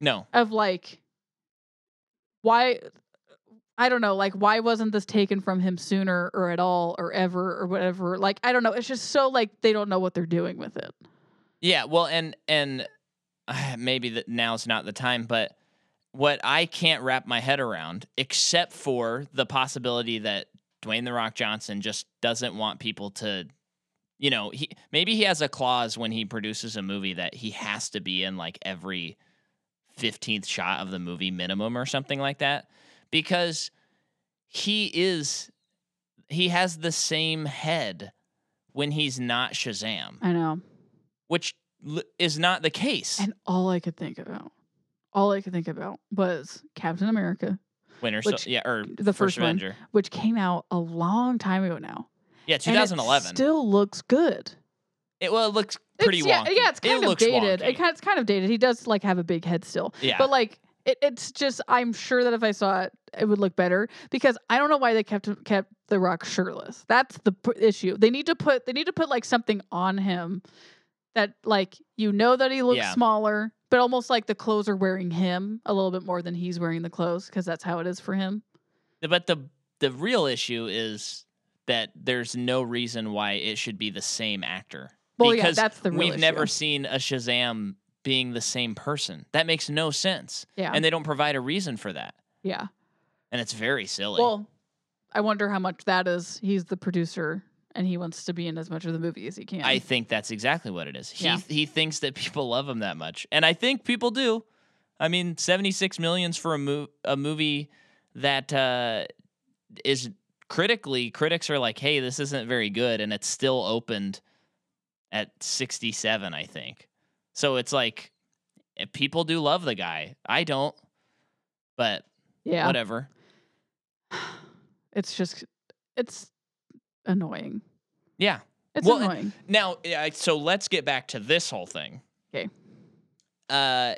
No. of like why I don't know, like why wasn't this taken from him sooner or at all or ever or whatever? Like I don't know. It's just so like they don't know what they're doing with it. Yeah, well, and and uh, maybe that now's not the time, but what I can't wrap my head around, except for the possibility that Dwayne the Rock Johnson just doesn't want people to, you know, he maybe he has a clause when he produces a movie that he has to be in like every fifteenth shot of the movie minimum or something like that. because he is he has the same head when he's not Shazam, I know. which l- is not the case. And all I could think about, all I could think about was Captain America, Winter, Sol- which- yeah, or the First first one, Avenger, which came out a long time ago now. yeah, And it 2011. still looks good. it well, it looks pretty it's, yeah, wonky. yeah, it's It kind of looks dated. wonky. It kind, it's kind of dated. He does like have a big head still, yeah, but like it, it's just I'm sure that if I saw it, it would look better because I don't know why they kept him- kept the Rock shirtless. That's the p- issue. They need to put they need to put like something on him that like you know that he looks Yeah. smaller, but almost like the clothes are wearing him a little bit more than he's wearing the clothes because that's how it is for him. but the the real issue is that there's no reason why it should be the same actor. Well, because yeah, that's the real we've issue. never seen a Shazam being the same person. That makes no sense, yeah and they don't provide a reason for that, yeah. and it's very silly. Well, I wonder how much that is. He's the producer and he wants to be in as much of the movie as he can. I think that's exactly what it is. He Yeah. he thinks that people love him that much, and I think people do. I mean, seventy six millions for a mo- a movie that uh, is critically critics are like, hey, this isn't very good, and it's still opened at sixty seven, I think. So it's like eh, people do love the guy. I don't, but yeah. whatever. it's just it's annoying. Yeah. It's Well, and- annoying. Now, yeah, I- so let's get back to this whole thing. 'Kay. Uh,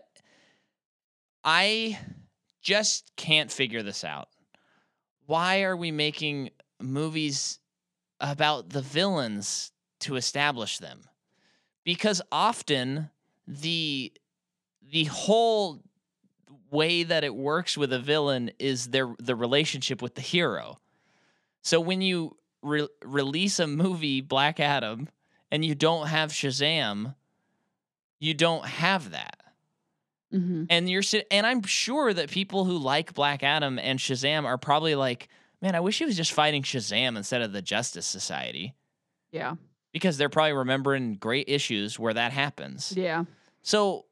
I just can't figure this out. Why are we making movies about the villains to establish them? Because often the the whole way that it works with a villain is their the relationship with the hero. So when you re- release a movie Black Adam and you don't have Shazam, you don't have that. hmm And you're sit- and I'm sure that people who like Black Adam and Shazam are probably like, man, I wish he was just fighting Shazam instead of the Justice Society Yeah. because they're probably remembering great issues where that happens. Yeah. So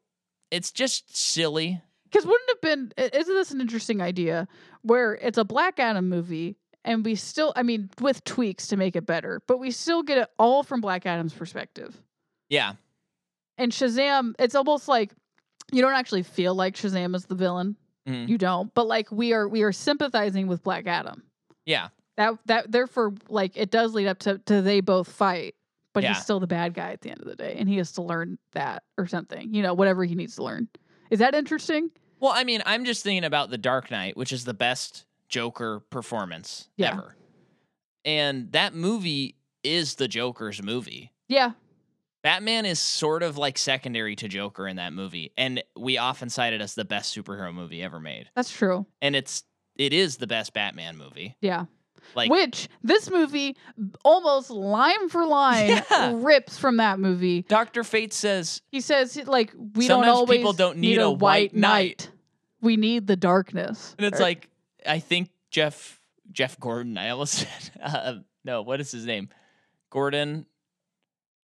it's just silly. Because wouldn't it have been? i- Isn't this an interesting idea? Where it's a Black Adam movie, and we still, I mean, with tweaks to make it better, but we still get it all from Black Adam's perspective. Yeah. and Shazam, it's almost like you don't actually feel like Shazam is the villain. Mhm. You don't, but like we are we are sympathizing with Black Adam. Yeah. That that therefore like it does lead up to to they both fight, but Yeah. he's still the bad guy at the end of the day, and he has to learn that or something. You know, whatever he needs to learn. Is that interesting? Well, I mean, I'm just thinking about The Dark Knight, which is the best Joker performance Yeah. ever. And that movie is the Joker's movie. Yeah, Batman is sort of like secondary to Joker in that movie, and we often cite it as the best superhero movie ever made. that's true. And it's it is the best Batman movie. Yeah. Like- Which this movie almost line for line Yeah. rips from that movie. Doctor Fate says, He says like we Sometimes don't always people don't need a white knight. We need the darkness. and it's Or- like I think Jeff Jeff Gordon. I almost said uh, no. What is his name? Gordon.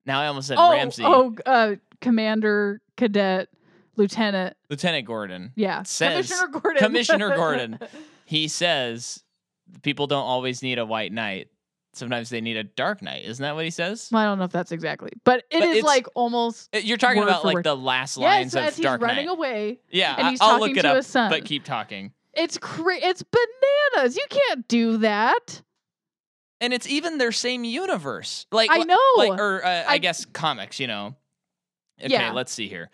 Now I almost said oh, Ramsey. oh, uh, commander, cadet, lieutenant. Lieutenant Gordon. Yeah, Says- Commissioner Gordon. Commissioner Gordon. He says people don't always need a white knight. Sometimes they need a dark knight. Isn't that what he says? Well, I don't know if that's exactly, but it is But it's- like almost. Uh, You're talking Word about for like word. the last Yes, lines as of he's Dark running Knight. away, yeah, and he's I, will talking look it to up, his son. but keep talking. it's cra- it's bananas. You can't do that. And it's even their same universe. Like I li- know. like, or uh, I, I- guess comics. You know. Okay, Yeah. let's see here.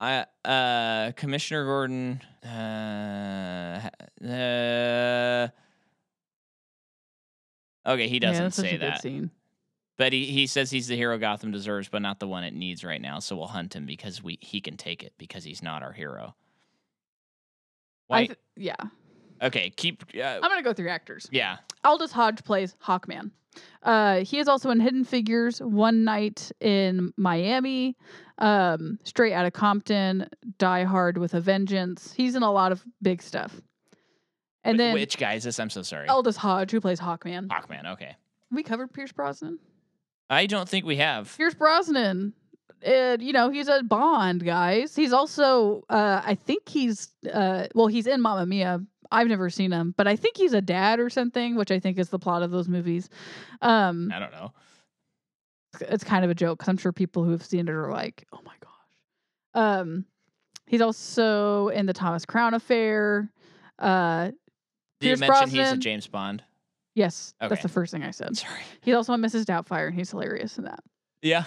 I uh, Commissioner Gordon. Uh, uh, okay, he doesn't yeah, that's such say a good that. Scene. But he, he says he's the hero Gotham deserves, but not the one it needs right now. So we'll hunt him because we he can take it because he's not our hero. I Wait. th- yeah, okay. Keep. Uh, I'm gonna go through actors. yeah. Aldous Hodge plays Hawkman. Uh, he is also in Hidden Figures, One Night in Miami, um, Straight Outta Compton, Die Hard with a Vengeance. He's in a lot of big stuff. And Wh- then Oh. which guy is this? I'm so sorry. Aldous Hodge, who plays Hawkman. Hawkman. Okay. We covered Pierce Brosnan. I don't think we have. Pierce Brosnan, uh, you know, he's a Bond, guys. He's also, uh, I think he's, uh, well, he's in Mamma Mia. I've never seen him, but I think he's a dad or something, which I think is the plot of those movies. Um, I don't know. it's kind of a joke because I'm sure people who have seen it are like, "Oh my gosh." Um, he's also in the Thomas Crown Affair. Uh, Did Pierce you mention he's a Brosnan. James Bond? yes, Okay. that's the first thing I said. Sorry. He's also on Mrs. Doubtfire, and he's hilarious in that. Yeah.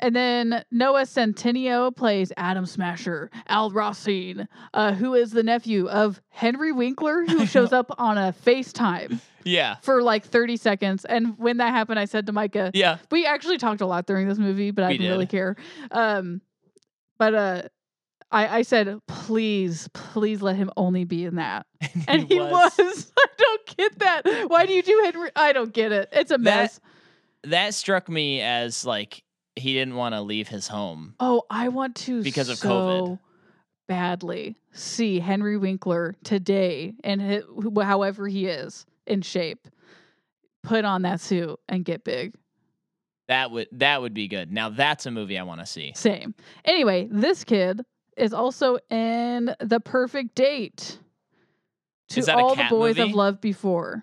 And then Noah Centineo plays Adam Smasher, Al Rossine, uh, who is the nephew of Henry Winkler, who shows up on a FaceTime Yeah. for like 30 seconds. And when that happened, I said to Micah, Yeah. we actually talked a lot during this movie, but I We didn't really did. care. Um, but uh, I, I said, please, please let him only be in that. And he, was. I don't get that. Why do you do Henry? I don't get it. It's a That- mess. That struck me as like he didn't want to leave his home. Oh, I want to Because of so COVID. badly see Henry Winkler today and hi- wh- however he is in shape, put on that suit and get big. That would that would be good. Now that's a movie I want to see. Same. Anyway, this kid is also in The Perfect Date to Is that a all the cat boys movie? I've loved before.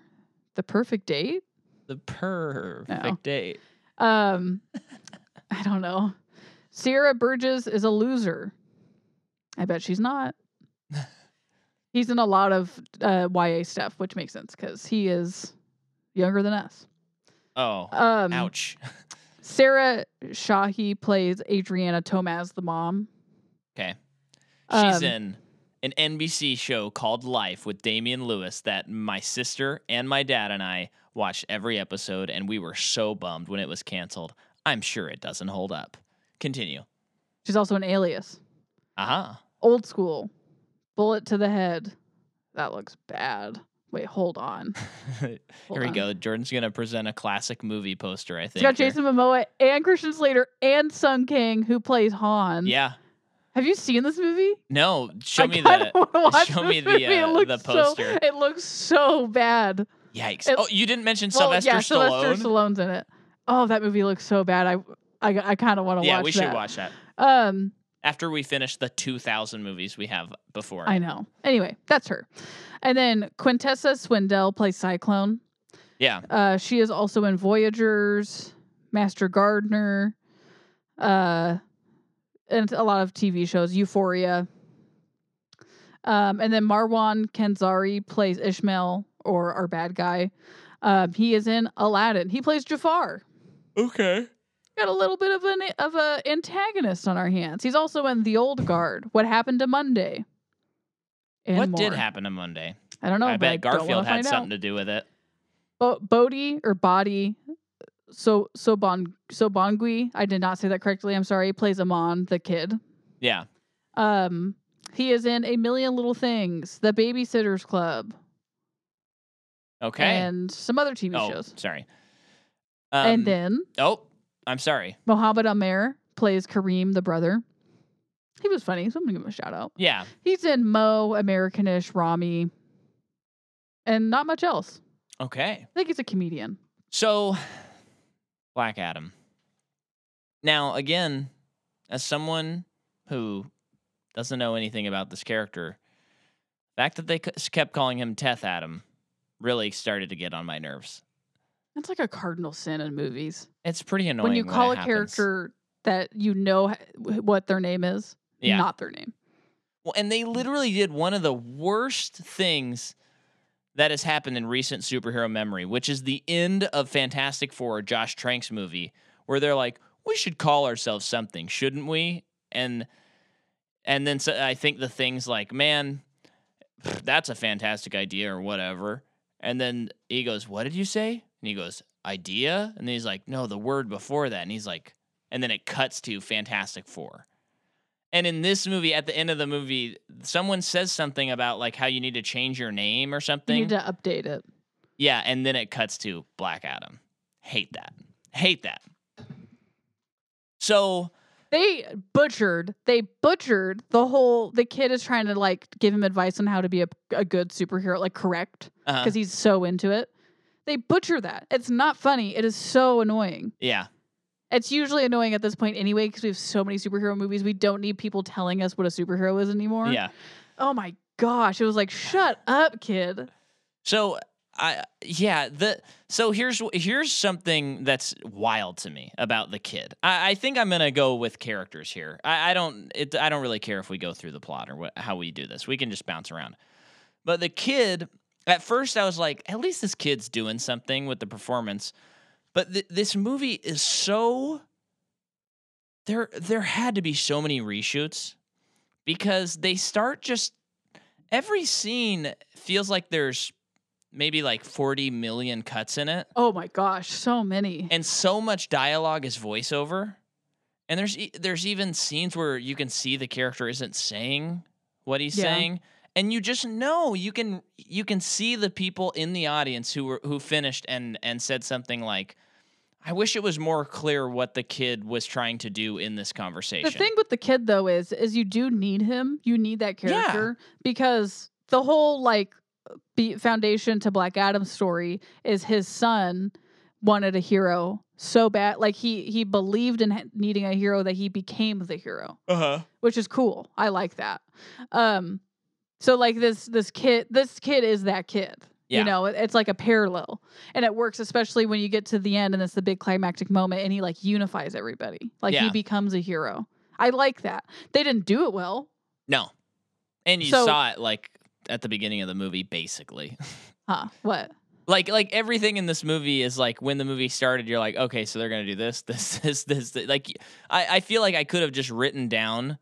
The Perfect Date? The perfect No. date. Um, I don't know. Sierra Burgess is a loser. I bet she's not. He's in a lot of uh, YA stuff, which makes sense because he is younger than us. Oh, Um, ouch. Sarah Shahi plays Adriana Tomaz, the mom. 'Kay. She's Um, in an NBC show called Life with Damian Lewis that my sister and my dad and I watched every episode, and we were so bummed when it was canceled. I'm sure it doesn't hold up. Continue. She's also an alias. Uh huh. Old school. Bullet to the head. That looks bad. Wait, hold on. Here Hold we on. go. Jordan's gonna present a classic movie poster. I It's think. got here. Jason Momoa and Christian Slater and Sun King, who plays Han. Yeah. Have you seen this movie? No. Show I me kinda the. wanna watch show this me the, movie. uh, it looks the poster. So, it looks so bad. Yikes! it- oh, you didn't mention well, Sylvester yeah, Stallone. Sylvester Stallone's in it. Oh, that movie looks so bad. I I, I kind of want to yeah, watch we should that. watch that Um, after we finish the 2,000 movies we have before. I it. know. Anyway, that's her. And then Quintessa Swindell plays Cyclone. Yeah. Uh, she is also in Voyagers, Master Gardener, uh, and a lot of TV shows, Euphoria. Um, and then Marwan Kenzari plays Ishmael or our bad guy. Um, he is in Aladdin. He plays Jafar. Okay. Got a little bit of an of a antagonist on our hands. He's also in The Old Guard. What happened to Monday? And what did more. happen on Monday? I don't know. I but bet don't wanna Garfield had find out. something to do with it. Bo- Bodhi or Body, so so bon so Bongui. I did not say that correctly. I'm sorry. Plays Amon the kid. Yeah. Um, he is in a million little things, The Babysitters Club, Okay. and some other TV oh, shows. sorry. Um, and then oh, I'm sorry. Mohammed Amer plays Kareem the brother. He was funny, so I'm gonna give him a shout out. Yeah. He's in Mo, Americanish, Rami, and not much else. Okay. I think he's a comedian. So, Black Adam. Now, again, as someone who doesn't know anything about this character, the fact that they c- kept calling him Teth Adam really started to get on my nerves. That's like a cardinal sin in movies. It's pretty annoying when you call it a happens. character that you know h- wh- what their name is, Yeah. not their name. Well, and they literally did one of the worst things that has happened in recent superhero memory, which is the end of Fantastic Four, Josh Trank's movie, where they're like, "We should call ourselves something, shouldn't we?" And and then so I think the things like, "Man, pff, that's a fantastic idea," or whatever. And then he goes, "What did you say?" And he goes, "Idea." And then he's like, "No, the word before that." And he's like, and then it cuts to Fantastic Four. And in this movie, at the end of the movie, someone says something about like how you need to change your name or something. You need to update it. Yeah, and then it cuts to Black Adam. Hate that. Hate that. So They butchered. They butchered the whole. The kid is trying to like give him advice on how to be a, a good superhero, like correct, uh, because he's so into it. They butcher that. It's not funny. It is so annoying. yeah, It's usually annoying at this point anyway, because we have so many superhero movies. We don't need people telling us what a superhero is anymore. yeah. Oh my gosh, it was like, shut up, kid. So I yeah the so here's here's something that's wild to me about the kid. I, I think I'm gonna go with characters here. I, I don't it I don't really care if we go through the plot or what, how we do this. We can just bounce around. But the kid at first I was like, at least this kid's doing something with the performance. But th- this movie is so there there had to be so many reshoots because they start just every scene feels like there's maybe like 40 million cuts in it Oh my gosh, so many. and so much dialogue is voiceover and there's e- there's even scenes where you can see the character isn't saying what he's Yeah. saying and you just know you can you can see the people in the audience who were who finished and and said something like I wish it was more clear what the kid was trying to do in this conversation. The thing with the kid though is is you do need him. You need that Yeah. character because the whole like be- foundation to Black Adam's story is his son wanted a hero so bad like he he believed in ha- needing a hero that he became the hero, uh-huh. which is cool. I like that. Um so like this this kid this kid is that kid. Yeah. You know, it- it's like a parallel. And it works especially when you get to the end and it's the big climactic moment and he like unifies everybody. Like Yeah. he becomes a hero. I like that. They didn't do it well. No. And you So- saw it like at the beginning of the movie basically. Huh. What? like like everything in this movie is like when the movie started you're like okay so they're gonna do this this this this, this. like I, I feel like i could have just written down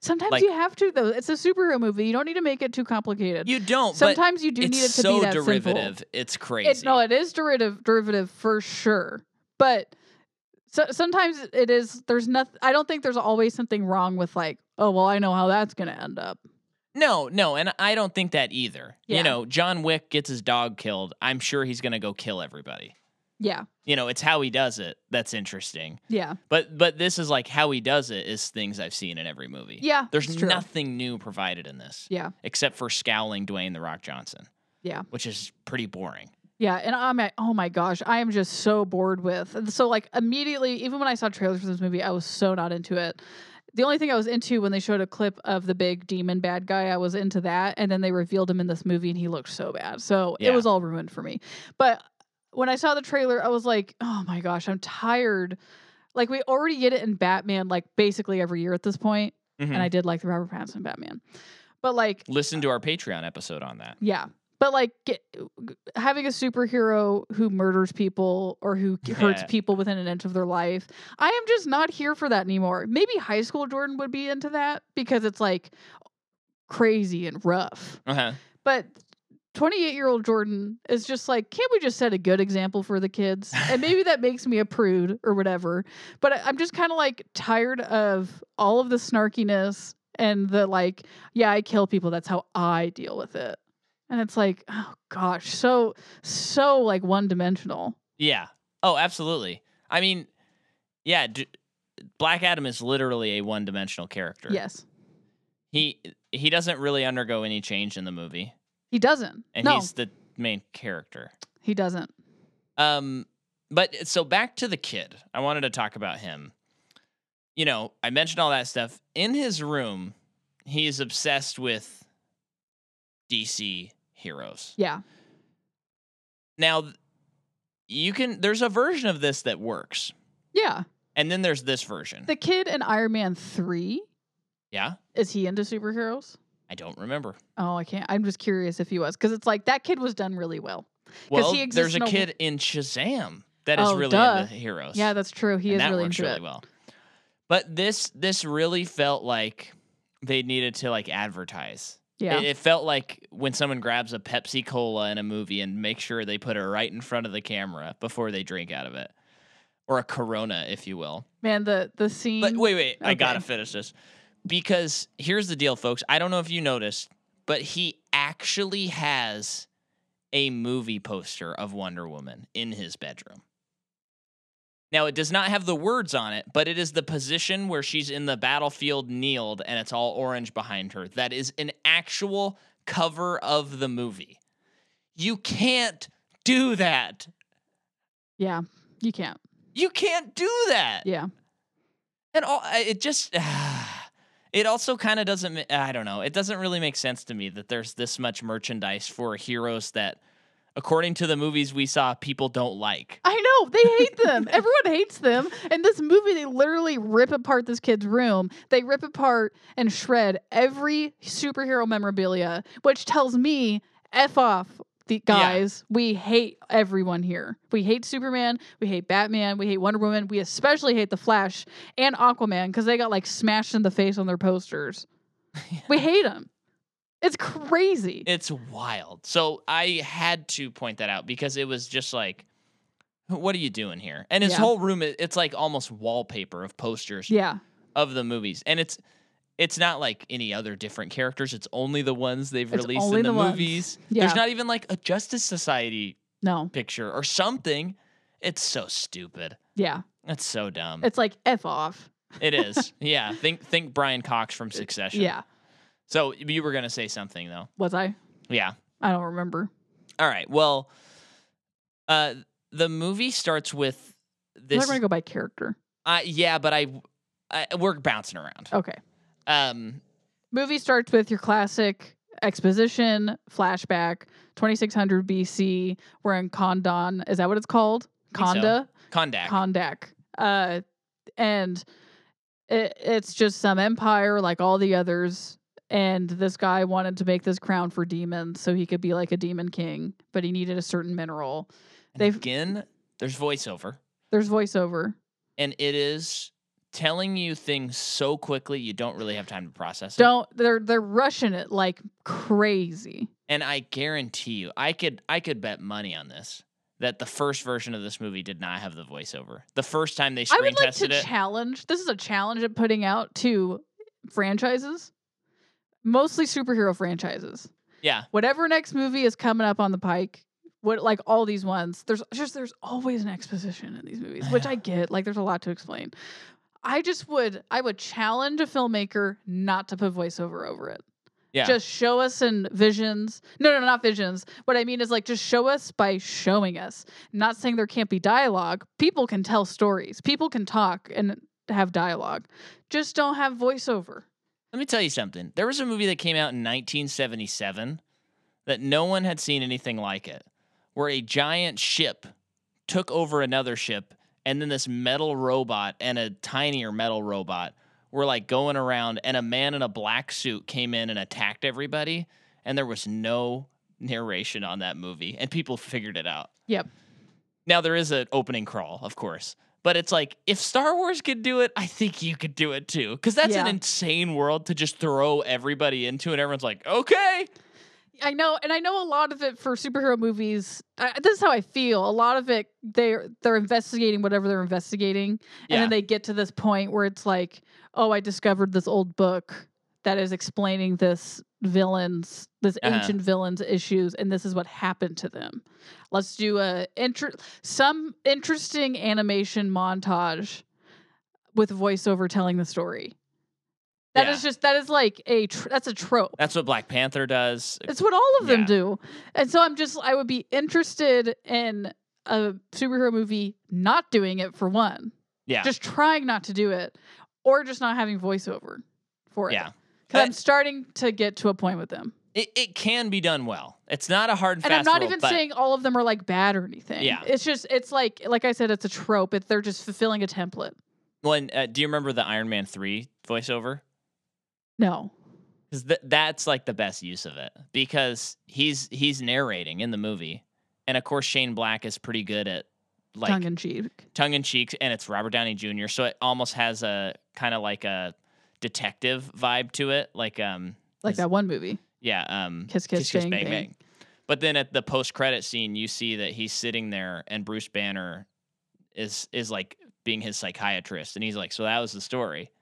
Sometimes Like- you have to though. It's a superhero movie. You don't need to make it too complicated. you don't but Sometimes you do it's need it to so be that derivative it's simple. crazy It, no, it is derivative derivative for sure. But so, sometimes it is there's nothing I don't think there's always something wrong with like, oh well, I know how that's going to end up. no no and i don't think that either Yeah. you know john wick gets his dog killed i'm sure he's gonna go kill everybody Yeah. you know it's how he does it that's interesting Yeah. but but this is like how he does it is things i've seen in every movie Yeah. it's there's true. nothing new provided in this Yeah. except for scowling dwayne the rock johnson Yeah. which is pretty boring Yeah, and I'm at, oh my gosh, I am just so bored with. and So like immediately, even when I saw trailers for this movie, I was so not into it. The only thing I was into when they showed a clip of the big demon bad guy, I was into that, and then they revealed him in this movie, and he looked so bad. So Yeah. it was all ruined for me. But when I saw the trailer, I was like, oh my gosh, I'm tired. Like we already get it in Batman, like basically every year at this point, Mhm. and I did like the Robert Pattinson Batman, but like listen to our Patreon episode on that. yeah. But like get, g- having a superhero who murders people or who k- hurts Yeah. people within an inch of their life, I am just not here for that anymore. Maybe high school Jordan would be into that because it's like crazy and rough. Uh-huh. But 28 year old Jordan is just like, can't we just set a good example for the kids? And maybe that makes me a prude or whatever. But I- I'm just kind of like tired of all of the snarkiness and the like, yeah, I kill people. That's how I deal with it. And it's like, oh gosh, so, so like one dimensional. Yeah. Oh, absolutely. I mean, yeah, d- Black Adam is literally a one-dimensional character. Yes. He he doesn't really undergo any change in the movie, He doesn't. and no, he's the main character. he doesn't. Um, but so back to the kid. I wanted to talk about him. You know, I mentioned all that stuff. In his room, he is obsessed with DC heroes. Yeah. Now, th- you can. There's a version of this that works, Yeah. and then there's this version. The kid in Iron Man 3, yeah, is he into superheroes? I don't remember. Oh, I can't. I'm just curious if he was because it's like that kid was done really well. Well, he exists there's a in a wo- kid in Shazam that is Oh, really duh. into heroes. Yeah, that's true. He and is that really works into really it. well. But this this really felt like they needed to like advertise. Yeah, It, it felt like when someone grabs a Pepsi Cola in a movie and make sure they put it right in front of the camera before they drink out of it, or a Corona, if you will. man. The the scene. But wait, wait, I Mm-hmm. Okay. gotta finish this because here's the deal, folks. I don't know if you noticed, but he actually has a movie poster of Wonder Woman in his bedroom. Now it does not have the words on it, but it is the position where she's in the battlefield kneeled and it's all orange behind her. That is an actual cover of the movie. You can't do that. Yeah, you can't. You can't do that Yeah, and all I- it just It also kind of doesn't. ma- I don't know. It doesn't really make sense to me that there's this much merchandise for heroes that, according to the movies we saw, people don't like. I know they hate them. Everyone hates them. And this movie, they literally rip apart this kid's room. They rip apart and shred every superhero memorabilia, which tells me, f off, the guys. We hate everyone here. We hate Superman. We hate Batman. We hate Wonder Woman. We especially hate the Flash and Aquaman because they got like smashed in the face on their posters. We hate them. It's crazy. It's wild. So I had to point that out because it was just like, what are you doing here? And his Yeah. whole room, it- it's like almost wallpaper of posters yeah. of the movies, and it's it's not like any other different characters. It's only the ones they've It's released only in the, the ones. movies. Yeah. There's not even like a Justice Society No. picture or something. It's so stupid. Yeah. That's so dumb. It's like f off. it is. Yeah. Think think Brian Cox from Succession. Yeah. So you were gonna say something though. Was I? Yeah. I don't remember. All right. Well, uh, the movie starts with I'm this. not gonna go by character. uh, yeah, but I, I we're bouncing around. Okay. Um, Movie starts with your classic exposition flashback, 2600 BC. We're in Kondon. Is that what it's called? I think so. Konda, Kondak. Kondak. Uh, and it, it's just some empire like all the others. And this guy wanted to make this crown for demons so he could be like a demon king, but he needed a certain mineral. And they've- again. There's voiceover, There's voiceover. and it is telling you things so quickly you don't really have time to process it. Don't they're they're rushing it like crazy. And I guarantee you, I could I could bet money on this that the first version of this movie did not have the voiceover. The first time they I screen would like to tested it, challenge. This is a challenge I'm putting out to franchises, mostly superhero franchises. yeah, Whatever next movie is coming up on the pike, what like all these ones, there's just there's always an exposition in these movies, which I get. Like there's a lot to explain. I just would I would challenge a filmmaker not to put voiceover over it. yeah, Just show us in visions. No, no, not visions. What I mean is like just show us by showing us. Not saying there can't be dialogue. People can tell stories. People can talk and have dialogue. Just don't have voiceover. Let me tell you something. There was a movie that came out in 1977 that no one had seen anything like it, where a giant ship took over another ship, and then this metal robot and a tinier metal robot were like going around, and a man in a black suit came in and attacked everybody, and there was no narration on that movie, and people figured it out. Yep. Now there is an opening crawl, of course, but it's like if Star Wars could do it, I think you could do it too, because that's an Yeah. insane world to just throw everybody into, and everyone's like, okay, I know, and I know a lot of it for superhero movies. I, this is how I feel. A lot of it, they're they're investigating whatever they're investigating, and Yeah. then they get to this point where it's like, oh, I discovered this old book that is explaining this villain's this Uh-huh. ancient villain's issues, and this is what happened to them. Let's do a inter- some interesting animation montage with voiceover telling the story. That is Yeah. just that is like a tr- that's a trope. that's what Black Panther does. It's what all of them Yeah. do. And so I'm just I would be interested in a superhero movie not doing it for one. Yeah, Just trying not to do it or just not having voiceover for it. yeah. Cuz I'm But- starting to get to a point with them. It, it can be done well. It's not a hard and, And fast I'm not rule, even but saying all of them are like bad or anything. Yeah. It's just it's like like I said it's a trope. It, they're just fulfilling a template. When uh, do you remember the Iron Man three voiceover? No. Because th- that's like the best use of it because he's he's narrating in the movie, and of course Shane Black is pretty good at like Tongue in cheek. tongue in cheek, and it's Robert Downey Jr. So it almost has a kind of like a detective vibe to it, like um, Like his- that one movie. yeah, um, Kiss, kiss, bang, bang. But then at the post credit scene, you see that he's sitting there, and Bruce Banner is is like being his psychiatrist, and he's like, "So that was the story."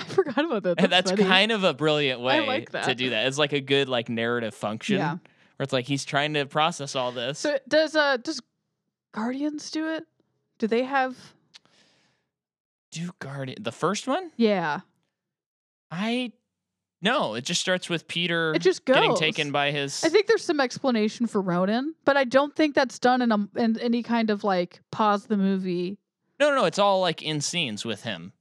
I forgot about that. And that's funny. kind of a brilliant way like to that. do that. It's like a good like narrative function Yeah. where it's like he's trying to process all this. So does uh does Guardians do it? Do they have do Guardian the first one? Yeah. I no, it just starts with Peter It just goes. getting taken by his. I think there's some explanation for Ronan, but I don't think that's done in a in any kind of like pause the movie. no, no, no. It's all like in scenes with him.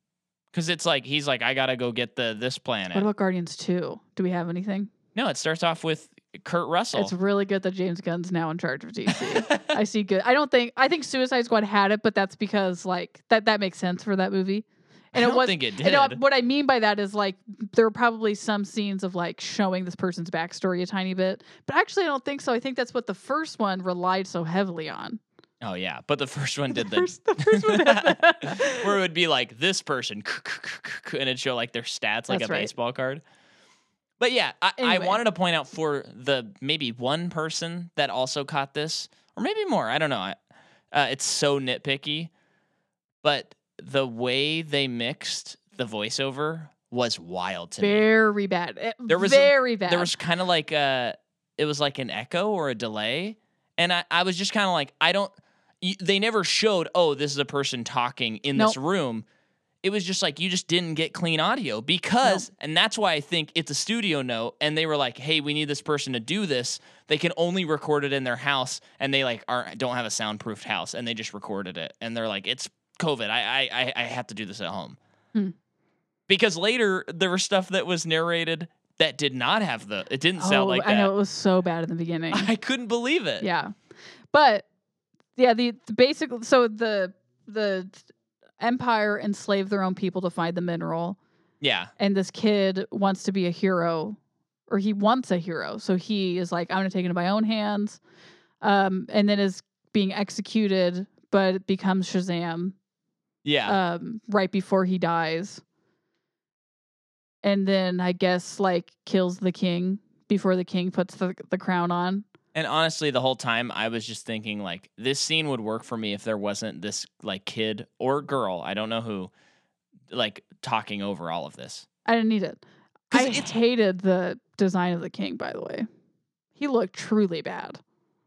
because it's like he's like I gotta go get the this What planet. about Guardians 2? Do we have anything? no, it starts off with Kurt Russell. It's really good that James Gunn's now in charge of DC. I see good. I don't think I think Suicide Squad had it, but that's because like that that makes sense for that movie. I And don't it was think it did. and uh, what I mean by that is like there were probably some scenes of like showing this person's backstory a tiny bit, but actually I don't think so. I think that's what the first one relied so heavily on. oh yeah, but the first one did the the. first, the first one. had that. Where it would be like this person, and it'd show like their stats like That's a right. baseball card. But yeah, I, I Anyway. wanted to point out for the maybe one person that also caught this, or maybe more. I don't know. I- Uh, it's so nitpicky, but the way they mixed the voiceover was wild to me. very bad. Eh, There was a- very bad. There was kind of like a, it was like an echo or a delay, and I, I was just kind of like, I don't. You, they never showed. Oh, this is a person talking in this room. It was just like you just didn't get clean audio because, and that's why I think it's a studio note. And they were like, "Hey, we need this person to do this. They can only record it in their house, and they like aren't don't have a soundproofed house, and they just recorded it. And they're like, it's COVID. I I I, I have to do this at home." Hmm. Because later there was stuff that was narrated that did not have the. It didn't oh, sound like I that. know it was so bad in the beginning. I couldn't believe it. Yeah. But yeah, the, the basic so the the empire enslaved their own people to find the mineral Yeah. and this kid wants to be a hero or he wants a hero. So he is like I'm going to take it in my own hands. Um and then is being executed but it becomes Shazam Yeah. um right before he dies. And then I guess like kills the king before the king puts the the crown on. And honestly, the whole time I was just thinking like this scene would work for me if there wasn't this like kid or girl, I don't know who, like talking over all of this. I didn't need it. 'Cause I it's- hated the design of the king, by the way. He looked truly bad.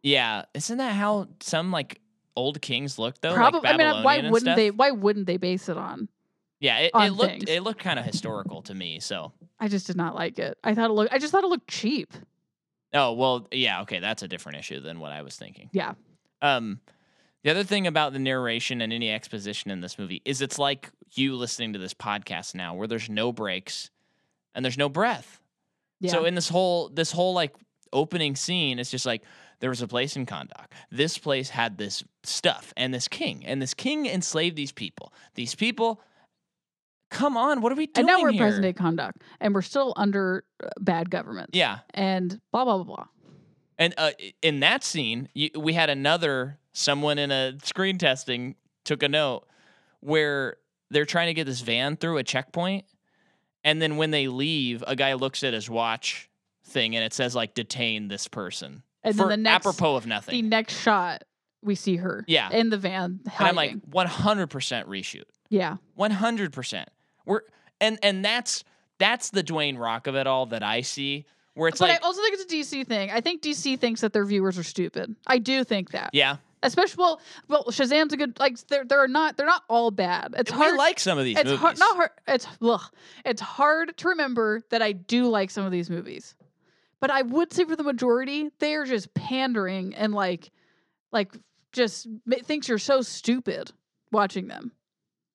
Yeah, isn't that how some like old kings look though? Probably. Oh, like I mean, why Babylonian and wouldn't stuff? they? Why wouldn't they base it on? Yeah, it, on it looked things? it looked kind of historical to me. So I just did not like it. I thought it looked. I just thought it looked cheap. oh well, yeah, okay, that's a different issue than what I was thinking. Yeah. Um, the other thing about the narration and any exposition in this movie is it's like you listening to this podcast now, where there's no breaks and there's no breath. Yeah. So in this whole this whole like opening scene, it's just like there was a place in Kondak. This place had this stuff and this king, and this king enslaved these people. These people, come on, what are we doing and now we're here? present day conduct, and we're still under uh, bad government. Yeah, And blah blah blah blah. and uh, i- in that scene, you, we had another someone in a screen testing took a note where they're trying to get this van through a checkpoint, and then when they leave, a guy looks at his watch thing and it says like detain this person. And for then the next apropos of the nothing. next shot, we see her. Yeah. In the van. and I'm Hiding. like 100% reshoot. yeah. 100%. We're and and that's that's the Dwayne Rock of it all that I see where it's but like I also think it's a DC thing. I think DC thinks that their viewers are stupid. I do think that. yeah, especially well, well Shazam's a good like they're they're not they're not all bad. It's we hard like some of these it's movies. hard not hard it's ugh, it's hard to remember that I do like some of these movies. But I would say for the majority they're just pandering and like like just ma- thinks you're so stupid watching them.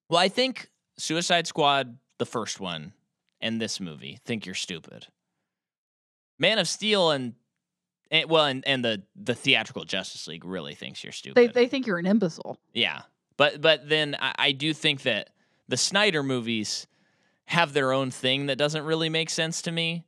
Well, I think Suicide Squad, the first one, and this movie think you're stupid. Man of Steel and, and well, and, and the the theatrical Justice League really thinks you're stupid. They they think you're an imbecile. Yeah, but but then I, I do think that the Snyder movies have their own thing that doesn't really make sense to me.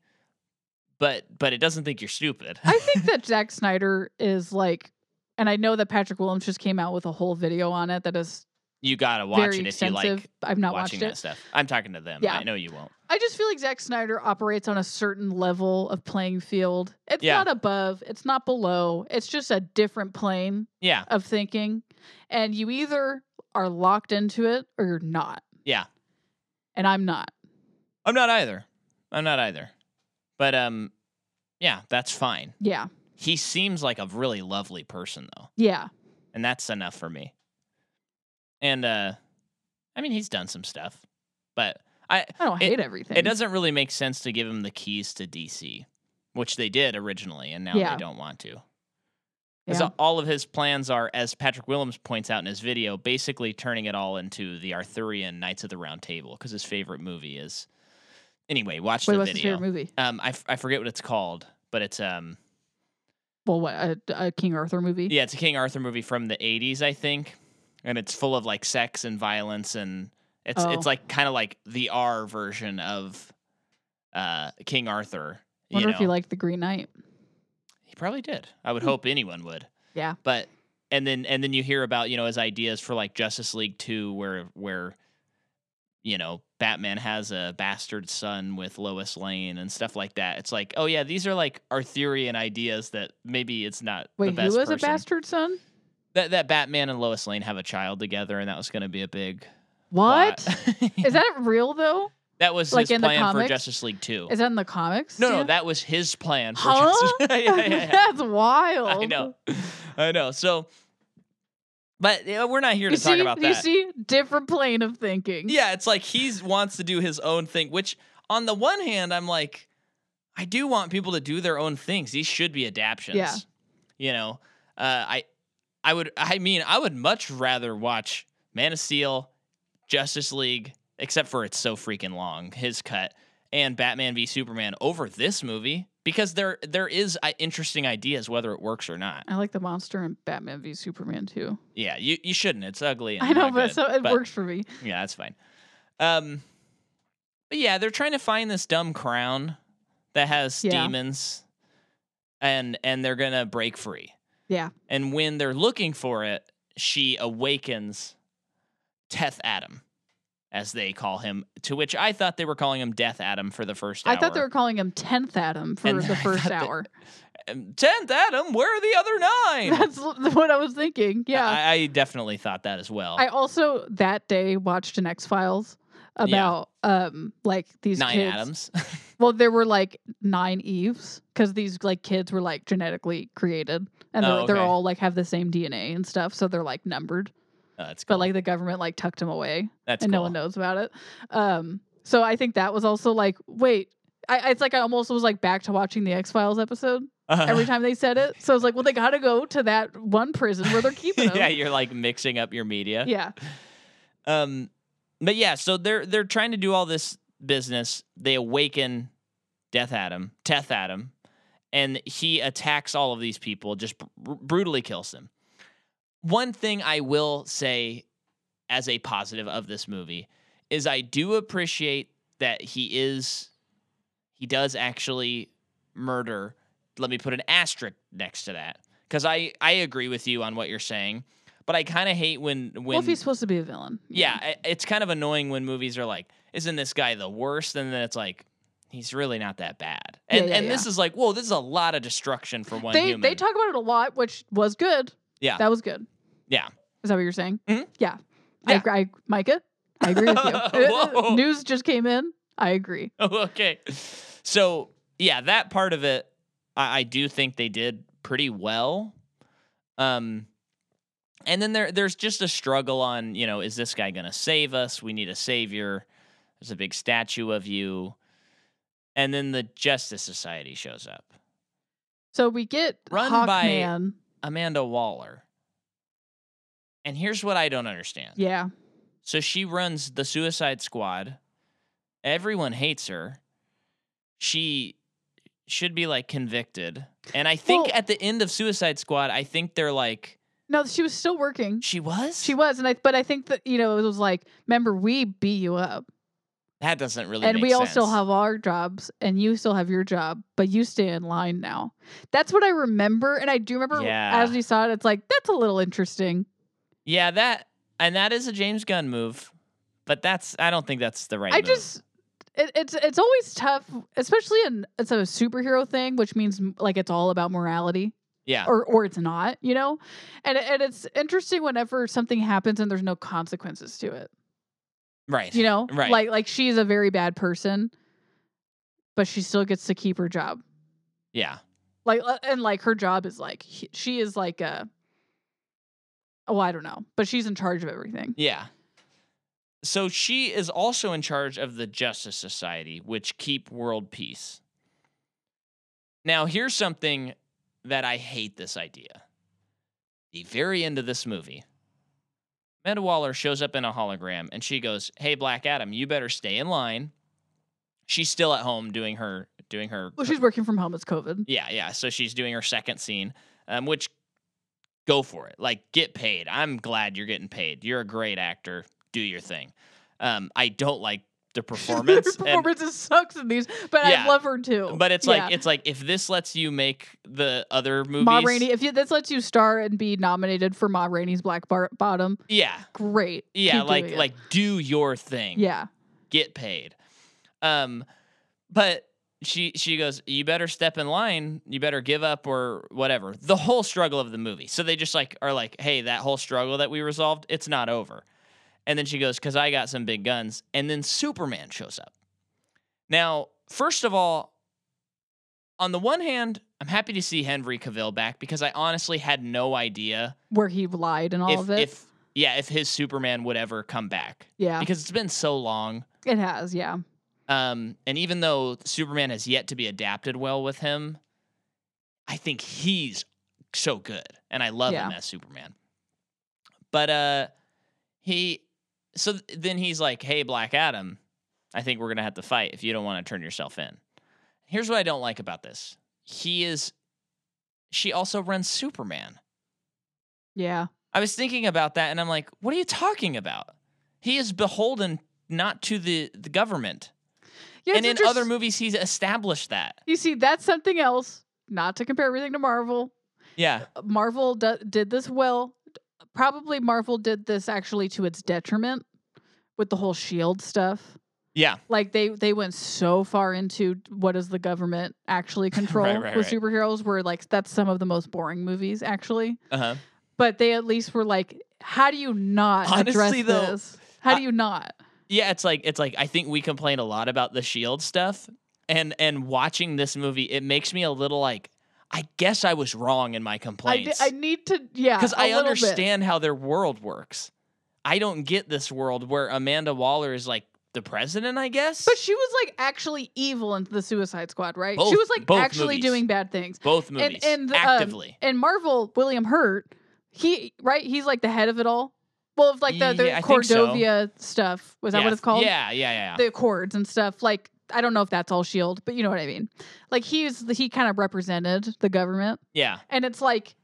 But but it doesn't think you're stupid. I think that Zack Snyder is like and I know that Patrick Williams just came out with a whole video on it that is you gotta watch very it if you extensive. like I've not watching watched it. that stuff. I'm talking to them. Yeah. I know you won't. I just feel like Zack Snyder operates on a certain level of playing field. It's Yeah. not above, it's not below. It's just a different plane Yeah, of thinking. And you either are locked into it or you're not. yeah. And I'm not. I'm not either. I'm not either. But um, yeah, that's fine. Yeah. He seems like a really lovely person though, Yeah. and that's enough for me. And uh, I mean, he's done some stuff, but I I don't hate everything. It doesn't really make sense to give him the keys to DC, which they did originally, and now Yeah. they don't want to. As Yeah. all of his plans are, as Patrick Willems points out in his video, basically turning it all into the Arthurian Knights of the Round Table because his favorite movie is. Anyway, watch Wait, the what's his video. favorite movie? Um, I, f- I forget what it's called, but it's um Well, what a, a King Arthur movie? yeah, it's a King Arthur movie from the '80s, I think, and it's full of like sex and violence, and it's Oh. it's like kind of like the R version of uh King Arthur. You Wonder know, if you liked The Green Knight. He probably did. I would Hmm. hope anyone would. Yeah. But and then and then you hear about, you know, his ideas for like Justice League 2 where where you know, Batman has a bastard son with Lois Lane and stuff like that. It's like, oh yeah, these are like Arthurian ideas that maybe it's not the Wait, best who was a person. bastard son? That that Batman and Lois Lane have a child together and that was going to be a big What? plot. Is that real though? that was like his in the plan for comics? Justice League 2. Is that in the comics? no, too? no, that was his plan for Huh? Justice. Yeah, yeah, yeah. That's wild. I know. I know. So, but you know, we're not here You to see, talk about you that. see, different plane of thinking. Yeah, it's like he wants to do his own thing, which on the one hand, I'm like, I do want people to do their own things. These should be adaptions. Yeah. You know, uh, I, I would, I mean, I would much rather watch Man of Steel, Justice League, except for it's so freaking long, his cut, and Batman v Superman over this movie because there there is uh, interesting ideas whether it works or not. I like the monster in Batman v Superman too. Yeah, you, you shouldn't. It's ugly. And I know, not but good, so it but works for me. Yeah, that's fine. Um, but yeah, they're trying to find this dumb crown that has Yeah. demons, and and they're gonna break free. Yeah. And when they're looking for it, she awakens Teth Adam, as they call him. To which I thought they were calling him Death Adam for the first. I thought they hour. were calling him Tenth Adam for And I the first thought that- hour. Um, tenth Adam. Where are the other nine? That's l- what I was thinking. Yeah. I, I definitely thought that as well. I, also that day watched an X Files about um like these nine kids. Adams. Oh, Well, there were like nine Eves because these like kids were like genetically created and they're, Oh, they're okay. all like have the same DNA and stuff, so they're like numbered. Oh, that's cool. But like the government like tucked them away. that's and cool. no one knows about it. Um, so I think that was also like, wait, I, it's like I almost was like back to watching the X Files episode Uh-huh. every time they said it. So I was like, well, they got to go to that one prison where they're keeping them. yeah, you're like mixing up your media. yeah, Um, but yeah, so they're they're trying to do all this business. They awaken Death Adam, Teth Adam, and he attacks all of these people, just br- brutally kills them. One thing I will say as a positive of this movie is I do appreciate that he is he does actually murder. Let me put an asterisk next to that because I I agree with you on what you're saying, but I kind of hate when when well, if he's supposed to be a villain, you yeah, know. i- it's kind of annoying when movies are like, "Isn't this guy the worst?" And then it's like, "He's really not that bad." Yeah, And yeah, and this is like, "Whoa, this is a lot of destruction for one they human." they talk about it a lot, which was good. Yeah. that was good. Yeah. is that what you're saying? Mhm. Yeah, I, Yeah. agree- I Micah, I agree with Whoa. you. News just came in. I agree. okay, so yeah, that part of it, I, I do think they did pretty well. Um, and then there there's just a struggle on you know, is this guy gonna save us? We need a savior. There's a big statue of you, and then the Justice Society shows up. So we get Run by- Hawkman. Amanda Waller. And here's what I don't understand. Yeah, So she runs the Suicide Squad. Everyone hates her. She should be like convicted. And I think Well- at the end of Suicide Squad, I think they're like, no, she was still working. she was? She was, and I but I think that you know it was like, remember we beat you up, That doesn't really and make we all still sense. have our jobs, and you still have your job, but you stay in line now. That's what I remember, and I do remember Yeah. as we saw it, it's like that's a little interesting. Yeah, that. And that is a James Gunn move. But that's, I don't think that's the right I move. just. It, it's it's always tough, especially in it's a superhero thing, which means m- like it's all about morality, yeah. or or it's not, you know. And it- and it's interesting whenever something happens and there's no consequences to it. right. you know Right. like like she's a very bad person but she still gets to keep her job yeah. like uh, and like her job is like he- she is like a oh i don't know but she's in charge of everything Yeah. So she is also in charge of the Justice Society, which keep world peace. Now, here's something that I hate this idea. the very end of this movie, Amanda Waller shows up in a hologram and she goes, "Hey, Black Adam, you better stay in line." She's still at home doing her doing her. Well, she's working from home. It's COVID. yeah, yeah. So she's doing her second scene, um, which go for it. Like get paid. I'm glad you're getting paid. You're a great actor. Do your thing. Um, I don't like the performance. Her and- performance sucks in these, but Yeah. I love her too. but it's like Yeah. it's like if this lets you make the other movies. Ma Rainey. If you, this lets you star and be nominated for Ma Rainey's Black Bar- Bottom, Yeah. great. Yeah, Keep like doing it. like do your thing. yeah. get paid. Um, but she she goes, you better step in line, you better give up or whatever. The whole struggle of the movie. So they just like are like, hey, that whole struggle that we resolved, it's not over. And then she goes, cause I got some big guns. And then Superman shows up. Now, first of all, on the one hand, I'm happy to see Henry Cavill back because I honestly had no idea Where he lied and all if, of it. if yeah, if his Superman would ever come back. yeah, Because it's been so long. it has. Yeah. Um, and even though Superman has yet to be adapted well with him, I think he's so good, and I love him as Superman. But uh, he so th- then he's like, "Hey, Black Adam, I think we're gonna have to fight if you don't want to turn yourself in." Here's what I don't like about this: he is, she also runs Superman. Yeah. I was thinking about that and I'm like, what are you talking about? He is beholden not to the, the government. Yeah. and in it's interest- other movies, he's established that. you see, that's something else. Not to compare everything to Marvel. Yeah. Marvel do- did this well. Probably Marvel did this actually to its detriment with the whole Shield E stuff. Yeah. like they they went so far into what does the government actually control right, with right. superheroes where like that's some of the most boring movies actually Uh huh. but they at least were like how do you not Honestly, address though, this how I- do you not Yeah. It's like, it's like, I think we complain a lot about the shield E stuff. And, and watching this movie, it makes me a little like, I guess I was wrong in my I, di- complaints. I need to yeah Because a I little bit. understand how their world works. I don't get this world where Amanda Waller is like the president, I guess. but she was like actually evil in the suicide squad right Both- she was like both actually movies. doing bad things Both movies. and, um, actively. and marvel william hurt he right he's like the head of it all well if like the, the Yeah, I think so. cordovia stuff was that yeah, what it's called Yeah, yeah, yeah. the chords and stuff. Like I don't know if that's all Shield, but you know what I mean. Like he's he kind of represented the government, yeah. and it's like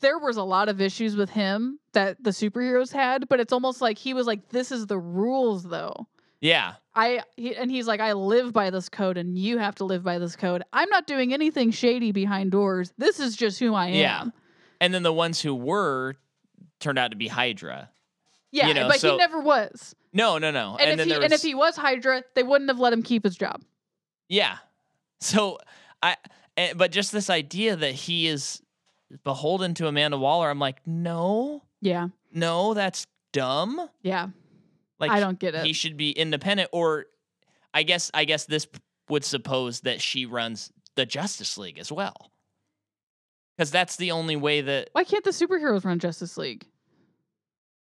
there was a lot of issues with him that the superheroes had, but it's almost like he was like, "This is the rules, though." Yeah. I he, and he's like, "I live by this code, and you have to live by this code. I'm not doing anything shady behind doors. This is just who I am." Yeah. And then the ones who were turned out to be Hydra. Yeah, You know, but so- he never was. No, no, no. And, if then he there and was, if he was Hydra, they wouldn't have let him keep his job. yeah. So I, eh, but just this idea that he is beholden to Amanda Waller, I'm like, no, Yeah, no, that's dumb. yeah. Like I don't get it. he should be independent, or I guess I guess this p- would suppose that she runs the Justice League as well, because that's the only way that Why can't the superheroes run Justice League?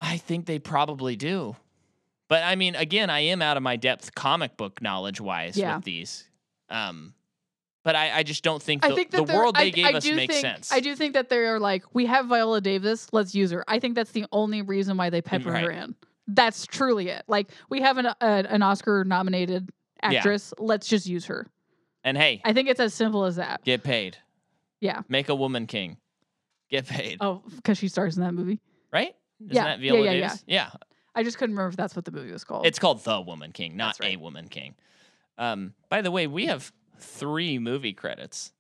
I think they probably do. But I mean, again, I am out of my depth comic book knowledge wise Yeah. with these. Um, but I, I just don't think the, I think that the they're- world I- they gave I us do makes think, sense. I do think that they are like, we have Viola Davis, let's use her. I think that's the only reason why they pepper her Right. in. That's truly it. Like we have an a, an Oscar nominated Yeah. actress, let's just use her. And hey, I think it's as simple as that. get paid. Yeah. Make a woman king. Get paid. Oh, because she stars in that movie. right? Isn't yeah, that yeah, Viola yeah, yeah. Davis? Yeah. I just couldn't remember if that's what the movie was called. It's called The Woman King, not That's right. a Woman King. Um, by the way, we have three movie credits.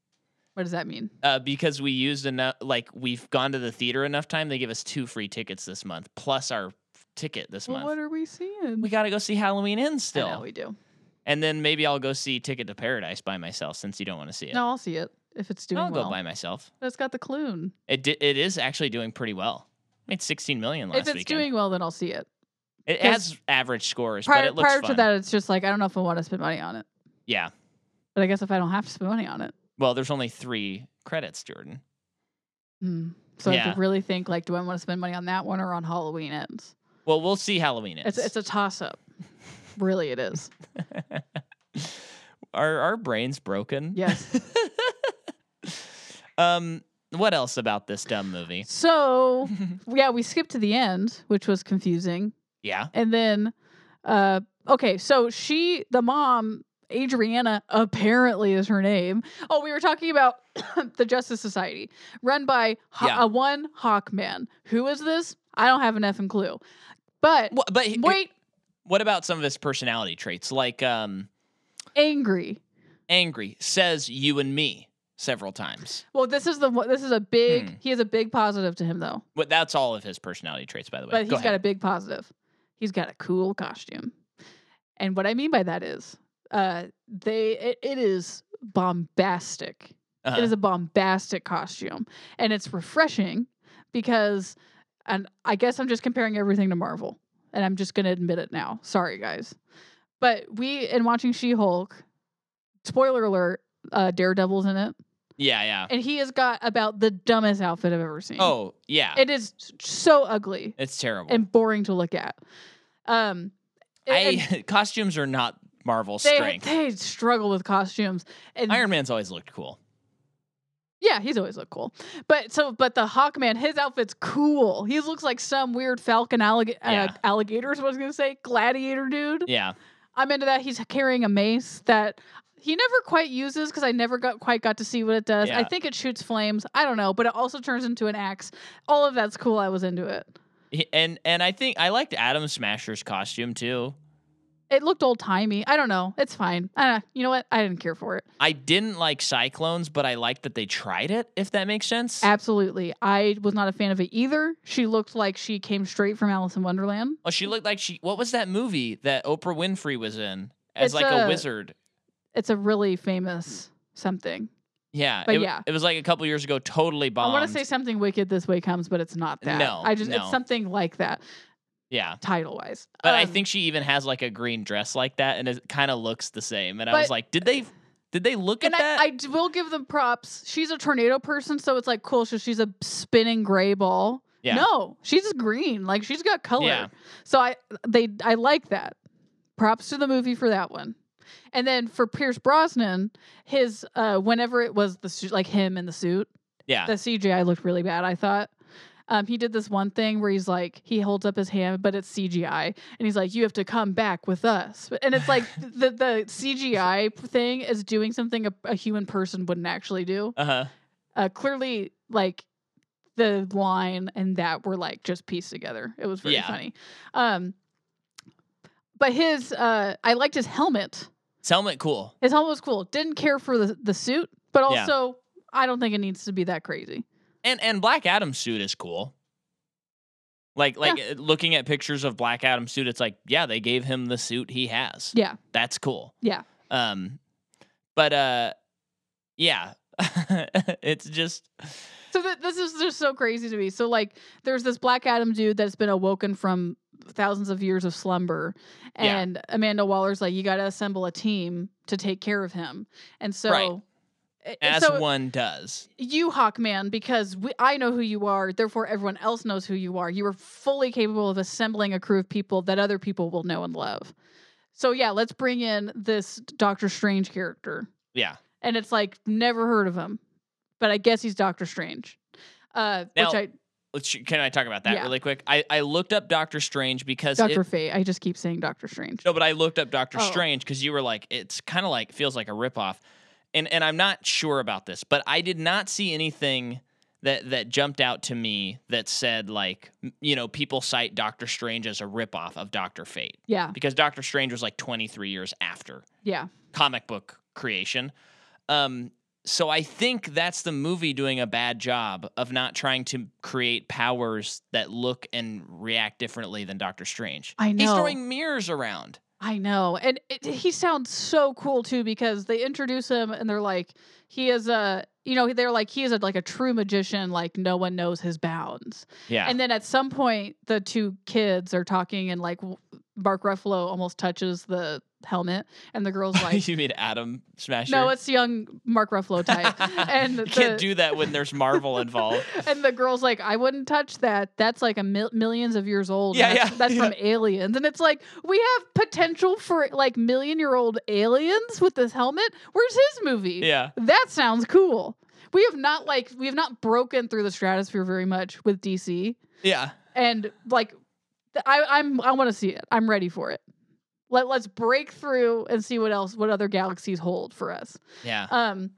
what does that mean? uh, because we used enough like we've gone to the theater enough time they give us two free tickets this month plus our ticket this Well, month what are we seeing? we gotta go see halloween Ends I know still we do. and then maybe i'll go see ticket to paradise by myself since you don't want to see it No, I'll see it if it's doing i'll well. go by myself But it's got the clune. it, di- it is actually doing pretty well made 16 million last If it's weekend doing well, then I'll see it. it has average scores but Prior, it looks prior to fun. that, it's just like I don't know if I want to spend money on it. yeah But I guess if I don't have to spend money on it, well there's only three credits jordan Hmm. so I Yeah. have to really think like, do I want to spend money on that one or on Halloween ends? well we'll see halloween ends It's it's a toss up. really, it is. are our brains broken Yes. Um, What else about this dumb movie? So yeah, we skipped to the end, which was confusing. yeah. And then, uh, okay, so she, the mom, Adriana, apparently is her name. Oh, we were talking about the Justice Society, run by ho- Yeah. a one Hawkman. Who is this? I don't have an effing clue. But Wha- but he- wait, what about some of his personality traits? Like um, angry. angry, says you and me several times. Well, this is the one- this is a big. Hmm. He has a big positive to him though, But that's all of his personality traits, by the way. but he's Go got a ahead. big positive. He's got a cool costume, and what I mean by that is, uh, they it, it is bombastic. Uh-huh. It is a bombastic costume, and it's refreshing because, and I guess I'm just comparing everything to Marvel, and I'm just going to admit it now. Sorry, guys, but we in watching She-Hulk, spoiler alert, uh, Daredevil's in it, yeah, yeah. and he has got about the dumbest outfit I've ever seen. Oh, yeah. it is so ugly it's terrible. and boring to look at. Um, and I costumes are not Marvel's they, strength. they struggle with costumes, and Iron Man's always looked cool. Yeah, he's always looked cool. But so, but the Hawkman, his outfit's cool. He looks like some weird Falcon allig- Yeah. uh, alligator. Is what I was gonna say, gladiator dude. Yeah. I'm into that. He's carrying a mace that he never quite uses because I never got quite got to see what it does. I Yeah. think it shoots flames. I don't know, but it also turns into an axe. All of that's cool. I was into it. He- And and I think I liked Adam Smasher's costume too. It looked old timey. I don't know. It's fine. Uh, you know what? I didn't care for it. I didn't like Cyclones, but I liked that they tried it, if that makes sense. Absolutely. I was not a fan of it either. She looked like she came straight from Alice in Wonderland. oh, she looked like she what was that movie that Oprah Winfrey was in as It's like a, a- wizard? It's a really famous something. Yeah. but it, yeah. It was like a couple years ago, totally bombed. I want to say something wicked this way comes, but it's not that. No, I just no. it's something like that Um, Yeah. title wise. But I think she even has like a green dress like that and it kind of looks the same. And I was But- like, did they did they look and at that? I, I d- will give them props. She's a tornado person, so it's like cool. So she's a spinning gray ball. Yeah. No, she's green. Like she's got color. Yeah. So I they I like that. Props to the movie for that one. And then for Pierce Brosnan, his uh whenever it was the suit like him in the suit, yeah. the CGI looked really bad. I thought. Um, he did this one thing where he's like, he holds up his hand, but it's CGI, and he's like, "You have to come back with us." And it's like the the CGI thing is doing something a, a human person wouldn't actually do. Uh-huh. Uh, clearly, like the line and that were like just pieced together. It was very Yeah. funny. Um, but his, uh, I liked his helmet. Helmet cool. His helmet was cool. Didn't care for the the suit, but Yeah. also I don't think it needs to be that crazy. And and Black Adam suit is cool. Like like uh, looking at pictures of Black Adam suit, it's like yeah, they gave him the suit he has. Yeah. That's cool. Yeah. Um, but uh, yeah, it's just So th- this is just so crazy to me. So like, there's this Black Adam dude that's been awoken from thousands of years of slumber, Yeah. and Amanda Waller's like, you got to assemble a team to take care of him, and so. Right. I- as so one does. you Hawkman, because we, I know who you are, therefore everyone else knows who you are. You are fully capable of assembling a crew of people that other people will know and love. So yeah, let's bring in this Doctor Strange character Yeah. and it's like never heard of him, but I guess he's Doctor Strange. Uh, Now- which I Let's, can I talk about that Yeah. really quick? I I looked up Doctor Strange because it- Doctor Fate. I just keep saying Doctor Strange. No, but I looked up Doctor Oh. Strange because you were like, it's kind of like feels like a ripoff, and and I'm not sure about this, but I did not see anything that that jumped out to me that said like, m- you know, people cite Doctor Strange as a ripoff of Doctor Fate Yeah, because Doctor Strange was like 23 years after yeah. comic book creation, um. So I think that's the movie doing a bad job of not trying to create powers that look and react differently than Doctor Strange. I He's know. throwing mirrors around. I know, and it, he sounds so cool too because they introduce him and they're like, he is a, you know, they're like he is a, like a true magician. Like no one knows his bounds. Yeah. And then at some point, the two kids are talking and like w- Mark Ruffalo almost touches the helmet, and the girl's like. you mean Adam Smasher? No, it's young Mark Ruffalo type, and you the- can't do that when there's Marvel involved. and the girl's like, I wouldn't touch that. That's like a mil- millions of years old. and Yeah, that's, yeah, that's yeah. from aliens. And it's like, we have potential for like million year old aliens with this helmet. Where's his movie? Yeah, That sounds cool. we have not like we have not broken through the stratosphere very much with DC, Yeah. and like th- I I'm I want to see it. I'm ready for it. Let let's break through and see what else what other galaxies hold for us. Yeah. Um,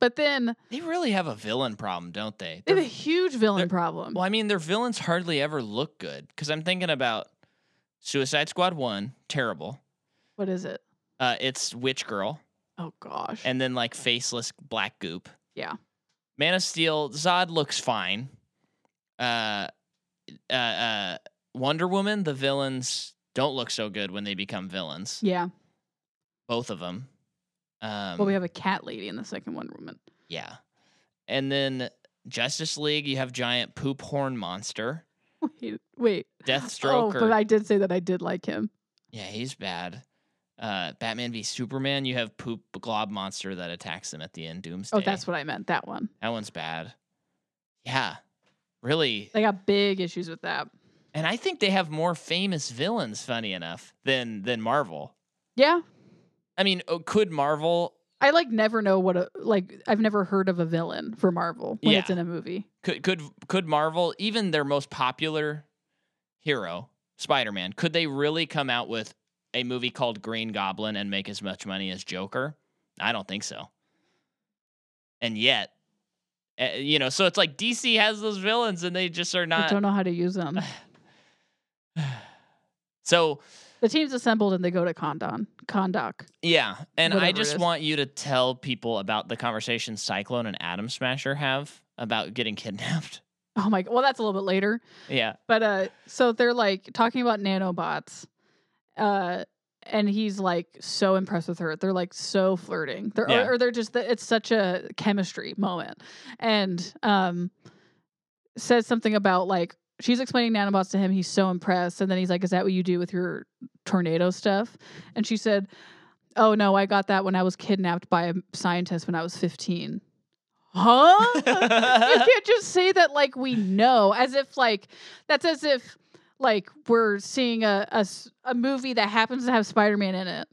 but then They really have a villain problem, don't they? they Their- have a huge villain they're- problem. well, I mean, their villains hardly ever look good because I'm thinking about Suicide Squad 1, terrible. What is it? Uh, it's Witch Girl, Oh gosh. and then like faceless black goop. Yeah. Man of Steel, Zod looks fine. Uh, uh, uh, Wonder Woman, the villains don't look so good when they become villains. yeah. Both of them. Um, Well, we have a cat lady in the second Wonder Woman. Yeah. And then Justice League, you have giant poop horn monster. Wait, wait. Oh, Deathstroke. but I did say that I did like him. yeah, he's bad. Uh, Batman v Superman, you have poop glob monster that attacks them at the end. Doomsday. Oh, that's what I meant. That one. that one's bad. Yeah, really. They got big issues with that. And I think they have more famous villains. Funny enough, than than Marvel. Yeah. I mean, oh, could Marvel I like never know what a like I've never heard of a villain for Marvel when it's Yeah. in a movie. could could could Marvel even their most popular hero Spider Man could they really come out with a movie called Green Goblin and make as much money as Joker? I don't think so. And yet, uh, you know, so it's like DC has those villains and they just are I don't not. know how to use them. So the team's assembled and they go to Condon. Kondak. yeah, and Whatever I it just is. want you to tell people about the conversation Cyclone and Atom Smasher have about getting kidnapped. Oh my god. Well, that's a little bit later. Yeah, But uh so they're like talking about nanobots. Uh and he's like so impressed with her. They're like so flirting. They're Yeah. or, or they're just it's such a chemistry moment. And um says something about like she's explaining nanobots to him. He's so impressed. And then he's like, Is that what you do with your tornado stuff? And she said, Oh no, I got that when I was kidnapped by a scientist when I was 15. Huh? you can't just say that like we know as if like that's as if like we're seeing a, a s- a movie that happens to have spider-man in it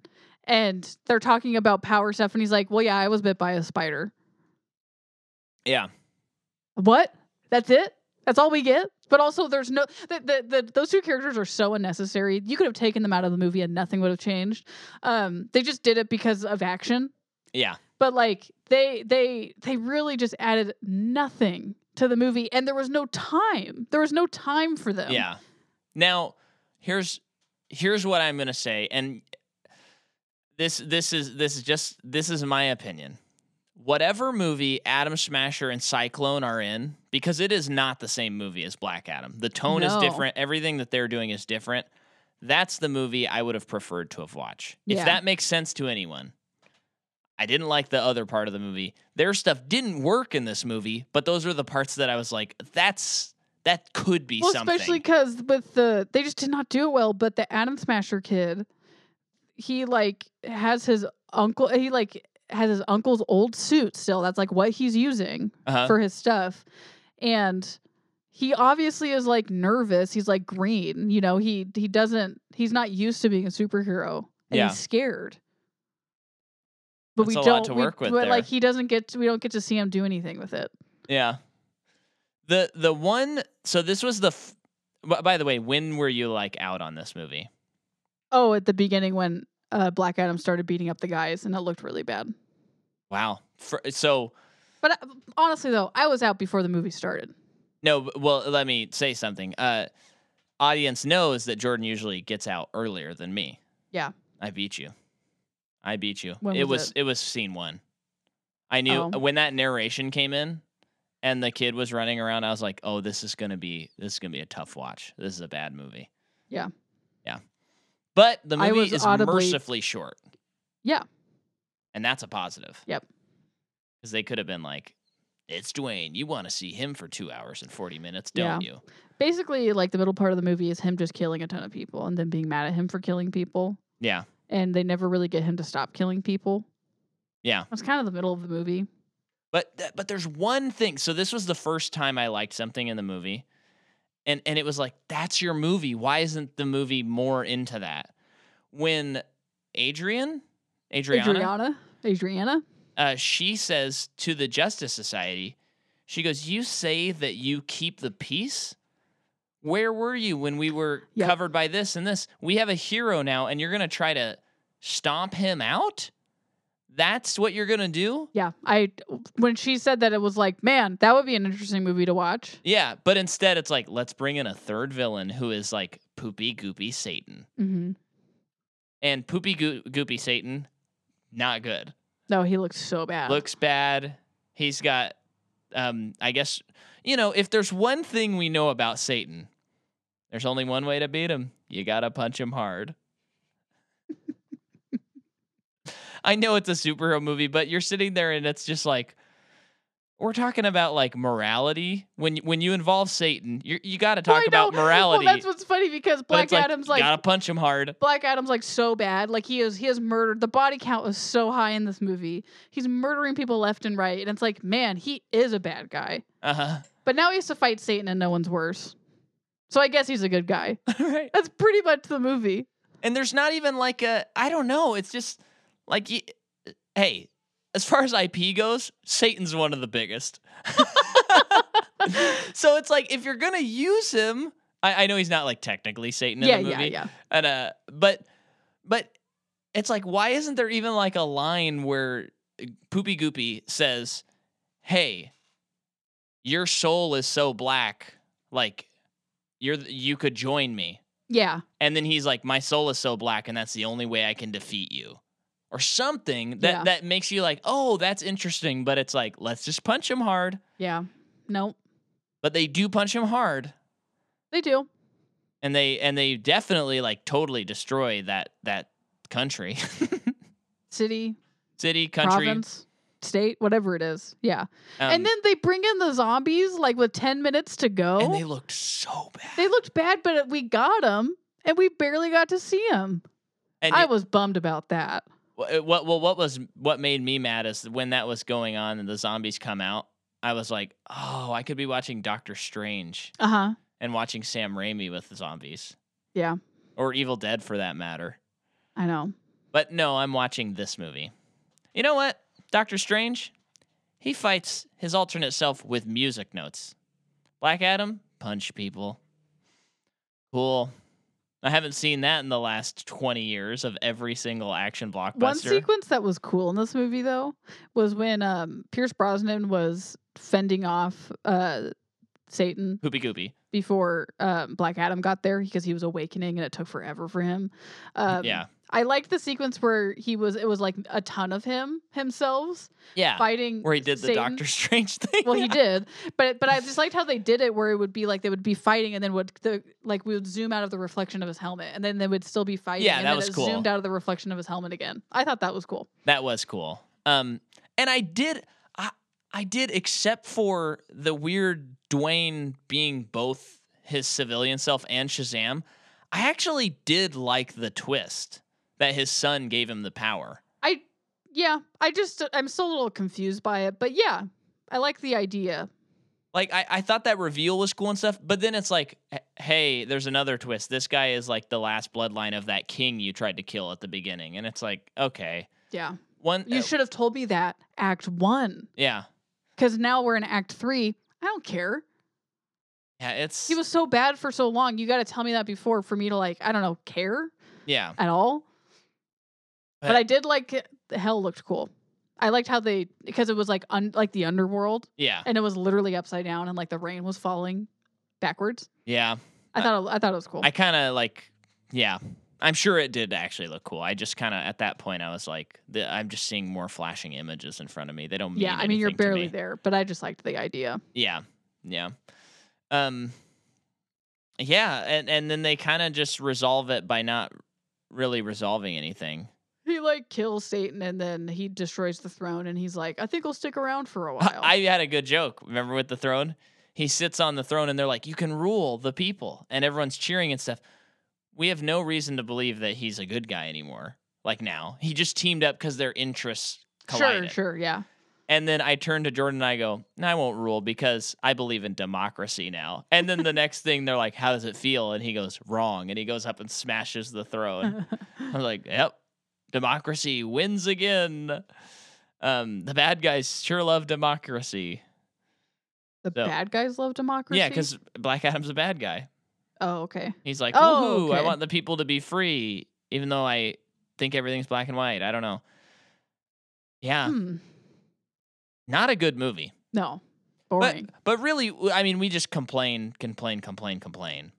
and they're talking about power stuff and he's like well yeah i was bit by a spider yeah, what that's it that's all we get but also there's no the, the, the, those two characters are so unnecessary you could have taken them out of the movie and nothing would have changed um, they just did it because of action yeah, but like they they they really just added nothing to the movie and there was no time there was no time for them Yeah. Now, here's here's what I'm gonna say, and this this is this is just this is my opinion. Whatever movie Adam Smasher and Cyclone are in, because it is not the same movie as Black Adam. The tone is No. different. Everything that they're doing is different. That's the movie I would have preferred to have watched. If Yeah. that makes sense to anyone. I didn't like the other part of the movie. Their stuff didn't work in this movie, but those are the parts that I was like, that's that could be well something. especially because with the they just did not do it well but the adam smasher kid he like has his uncle he like has his uncle's old suit still that's like what he's using Uh-huh. for his stuff and he obviously is like nervous he's like green you know he he doesn't he's not used to being a superhero and Yeah. he's scared but we That's a lot don't to we- work with but like there. he doesn't get to, we don't get to see him do anything with it Yeah. The the one so this was the f- b- by the way, when were you like out on this movie? oh at the beginning when uh black adam started beating up the guys and it looked really bad Wow. For, so but uh, honestly though i was out before the movie started no, b- well, let me say something. Uh audience knows that Jordan usually gets out earlier than me. Yeah. I beat you. I beat you. When it was was it? was scene 1. I knew Oh. when that narration came in and the kid was running around, I was like, "Oh, this is going to be this is going to be a tough watch. This is a bad movie." Yeah. Yeah. But the I movie was is audibly- mercifully short. Yeah. And that's a positive. Yep. Because they could have been like, it's Dwayne. You want to see him for two hours and 40 minutes, don't you? basically like the middle part of the movie is him just killing a ton of people and then being mad at him for killing people Yeah. and they never really get him to stop killing people Yeah. that's kind of the middle of the movie But th- but there's one thing. So this was the first time I liked something in the movie. And and it was like, that's your movie. Why isn't the movie more into that? When Adrian, Adriana, adriana adriana uh, she says to the Justice Society, she goes, You say that you keep the peace? Where were you when we were Yep. covered by this and this? We have a hero now, and you're going to try to stomp him out? That's what you're going to do? Yeah, I when she said that, it was like, man, that would be an interesting movie to watch. Yeah, but instead it's like, let's bring in a third villain who is like poopy goopy Satan. Mm-hmm. And poopy goo- goopy Satan, not good. No, he looks so bad. looks bad. He's got, um, I guess, you know, if there's one thing we know about Satan, there's only one way to beat him. You gotta punch him hard. I know it's a superhero movie, but you're sitting there and it's just like we're talking about like morality. When when you involve Satan, you you got to Well, I talk about know- morality. Well, that's what's funny because but Black it's like, Adam's like gotta punch him hard. Black Adam's like so bad. Like he is he has murdered. The body count is so high in this movie. He's murdering people left and right, and it's like, man, he is a bad guy. Uh huh. But now he has to fight Satan, and no one's worse. So I guess he's a good guy. right. That's pretty much the movie. and there's not even like a I don't know. It's just like y- hey, as far as IP goes, Satan's one of the biggest. so it's like if you're gonna use him, I, I know he's not like technically Satan in yeah, the movie, yeah, yeah. and uh, but but it's like why isn't there even like a line where Poopy Goopy says, "Hey, your soul is so black, like you're th- you could join me." Yeah. and then he's like my soul is so black and that's the only way i can defeat you or something that Yeah. that makes you like oh that's interesting but it's like let's just punch him hard Yeah. No, but they do punch him hard they do. and they and they definitely like totally destroy that that country City, city country province, state, whatever it is. Yeah. um, and then they bring in the zombies like with 10 minutes to go. and they, they looked so bad looked bad, but we got them and we barely got to see them. and I it- was bummed about that. Wh- uh, What well, what was what made me mad is when that was going on and the zombies come out. I was like, oh, I could be watching Doctor Strange Uh huh. and watching Sam Raimi with the zombies. Yeah. Or Evil Dead for that matter. I know. But no, I'm watching this movie. You know what? Doctor Strange, he fights his alternate self with music notes. Black Adam, punch people. Cool. I haven't seen that in the last 20 years of every single action blockbuster. One sequence that was cool in this movie though was when um, Pierce Brosnan was fending off uh, Satan Hoopy goopy. before um, Black Adam got there because he was awakening and it took forever for him. Um, yeah. I liked the sequence where he was. It was like a ton of him himselves Yeah. fighting where he did the Satan. Doctor Strange thing. Well, he did, but but I just liked how they did it, where it would be like they would be fighting, and then would the like we would zoom out of the reflection of his helmet, and then they would still be fighting. Yeah, and that then was it cool. Zoomed out of the reflection of his helmet again. I thought that was cool. That was cool. Um, and I did, I I did, except for the weird Dwayne being both his civilian self and Shazam. I actually did like the twist that his son gave him the power. I yeah, I just I'm still a little confused by it, but yeah, I like the idea. Like I, I thought that reveal was cool and stuff, but then it's like, h- hey, there's another twist. This guy is like the last bloodline of that king you tried to kill at the beginning, and it's like, okay, Yeah, one, you uh, should have told me that Act One, yeah, because now we're in Act Three. I don't care. yeah, it's He was so bad for so long. You got to tell me that before for me to like I don't know care. yeah. at all. But, But- I did like it- the hell looked cool. I liked how they because it was like un, like the underworld Yeah. and it was literally upside down and like the rain was falling backwards. Yeah. I Uh, thought it, I thought it was cool. I kind of like, yeah. I'm sure it did actually look cool. I just kind of at that point I was like, the, I'm just seeing more flashing images in front of me. They don't mean. yeah, I mean you're anything to barely me. there, but I just liked the idea. Yeah. Yeah. Um. Yeah, and and then they kind of just resolve it by not really resolving anything. He like kills Satan and then he destroys the throne and he's like, I think I'll stick around for a while. I, I had a good joke. Remember with the throne? He sits on the throne and they're like, You can rule the people. And everyone's cheering and stuff. We have no reason to believe that he's a good guy anymore. Like now. He just teamed up because their interests collided. sure, sure, yeah. And then I turn to Jordan and I go, "No, I won't rule because I believe in democracy now. And then the next thing they're like, How does it feel? And he goes, Wrong. And he goes up and smashes the throne. I'm like, Yep, democracy wins again. Um, the bad guys sure love democracy. The So- bad guys love democracy. Yeah, because Black Adam's a bad guy. oh, okay, He's like, Oh, "Woohoo! I okay. want the people to be free, even though I think everything's black and white." I don't know. Yeah, hmm. not a good movie. no, But, boring. but really, w- I mean, we just complain, complain, complain, complain.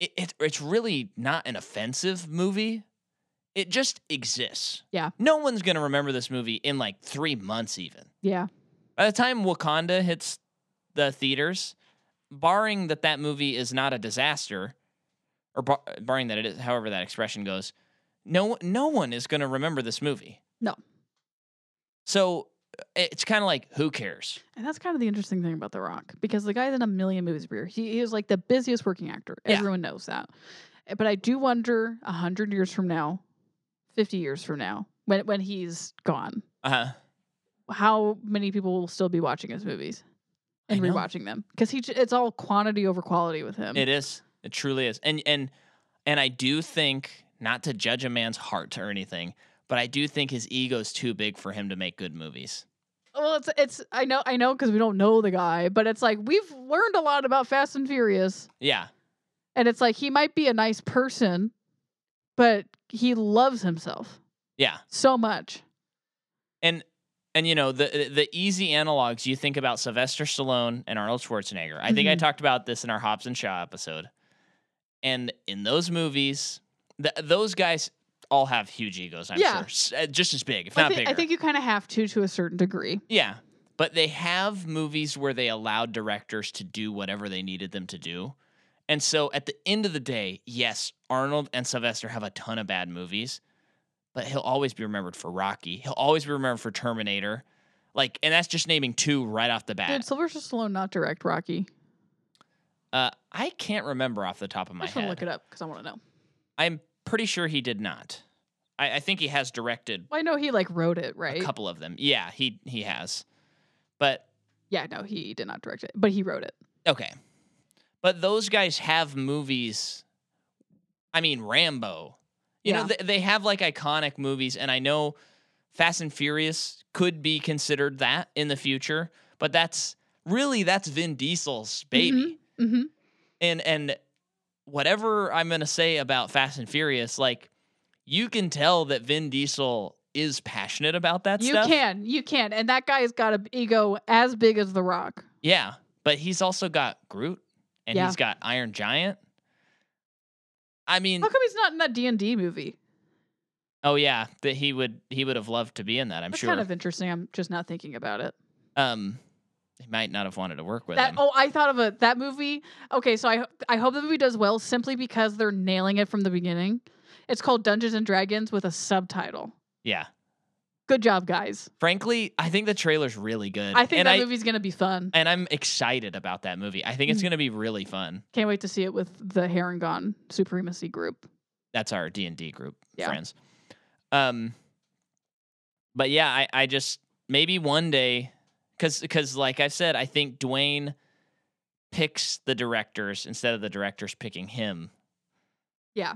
It, it, it's really not an offensive movie. It just exists. Yeah. No one's going to remember this movie in like three months, even. yeah, By the time Wakanda hits the theaters, barring that that movie is not a disaster, or bar- barring that it is, however that expression goes, no, no one is going to remember this movie. No. So it's kind of like, who cares? and that's kind of the interesting thing about The Rock because the guy's in a million movies per year. He, he is like the busiest working actor. Yeah. Everyone knows that. Eh, But I do wonder a hundred years from now, fifty years from now, when when he's gone, Uh huh. how many people will still be watching his movies I and know. rewatching them? Because he j- it's all quantity over quality with him. It is. It truly is. And and and I do think not to judge a man's heart or anything, but I do think his ego's too big for him to make good movies. Well, it's it's I know I know because we don't know the guy, but it's like we've learned a lot about Fast and Furious, Yeah. and it's like he might be a nice person, but he loves himself Yeah. so much. And and you know, the the easy analogs you think about Sylvester Stallone and Arnold Schwarzenegger. I think I Mhm. talked about this in our Hobbs and Shaw episode. And in those movies, th- those guys all have huge egos, I'm Yeah. sure. S- uh, Just as big, if I not think, bigger. I think you kind of have to to a certain degree. Yeah. But they have movies where they allowed directors to do whatever they needed them to do. And so at the end of the day, yes, Arnold and Sylvester have a ton of bad movies, but he'll always be remembered for Rocky. He'll always be remembered for Terminator. Like, and that's just naming two right off the Did bat. Sylvester Stallone not direct Rocky? Uh, I can't remember off the top of I my just head. want to look it up because I want to know. I'm pretty sure he did not. I, I think he has directed Well, I know he like wrote it, right? a couple of them. Yeah, he he has. But Yeah, no, he did not direct it, but he wrote it. Okay. But those guys have movies. I mean, Rambo. You know, Yeah. they, they have like iconic movies. And I know Fast and Furious could be considered that in the future, but that's really that's Vin Diesel's baby. hmm And and whatever I'm gonna say about Fast and Furious, like you can tell that Vin Diesel is passionate about that You stuff. can, you can, and that guy's got an ego as big as The Rock. Yeah, but he's also got Groot and Yeah. he's got Iron Giant. I mean, How come he's not in that D and D movie? oh yeah, that he would he would have loved to be in that. I'm That's sure. kind of interesting. I'm just not thinking about it. um, he might not have wanted to work with That him. oh, I thought of a that movie. Okay, so I ho- I hope the movie does well simply because they're nailing it from the beginning. It's called Dungeons and Dragons with a subtitle. Yeah, Good job, guys. frankly, I think the trailer's really good. I think and that movie's gonna be fun. and I'm excited about that movie. I think it's Mhm. going to be really fun. Can't wait to see it with the Harangon Supremacy group. That's our D and D group Yeah. friends. Um, but yeah, I I just maybe one day, cause cause like I said, I think Dwayne picks the directors instead of the directors picking him. Yeah.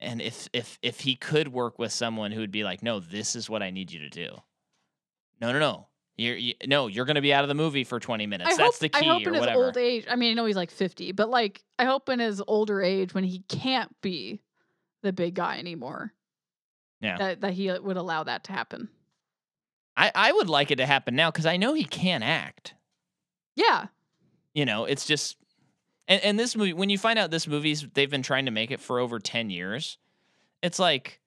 And if if if he could work with someone who would be like, no, this is what I need you to do. No, no, no. You're you, no, you're gonna be out of the movie for twenty minutes. I That's hope, the key I hope or in his whatever. old age. I mean, I know he's like fifty, but like I hope in his older age when he can't be the big guy anymore. Yeah. That that he uh, would allow that to happen. I I would like it to happen now because I know he can act. Yeah. you know, it's just and, and this movie when you find out this movie's they've been trying to make it for over 10 years, it's like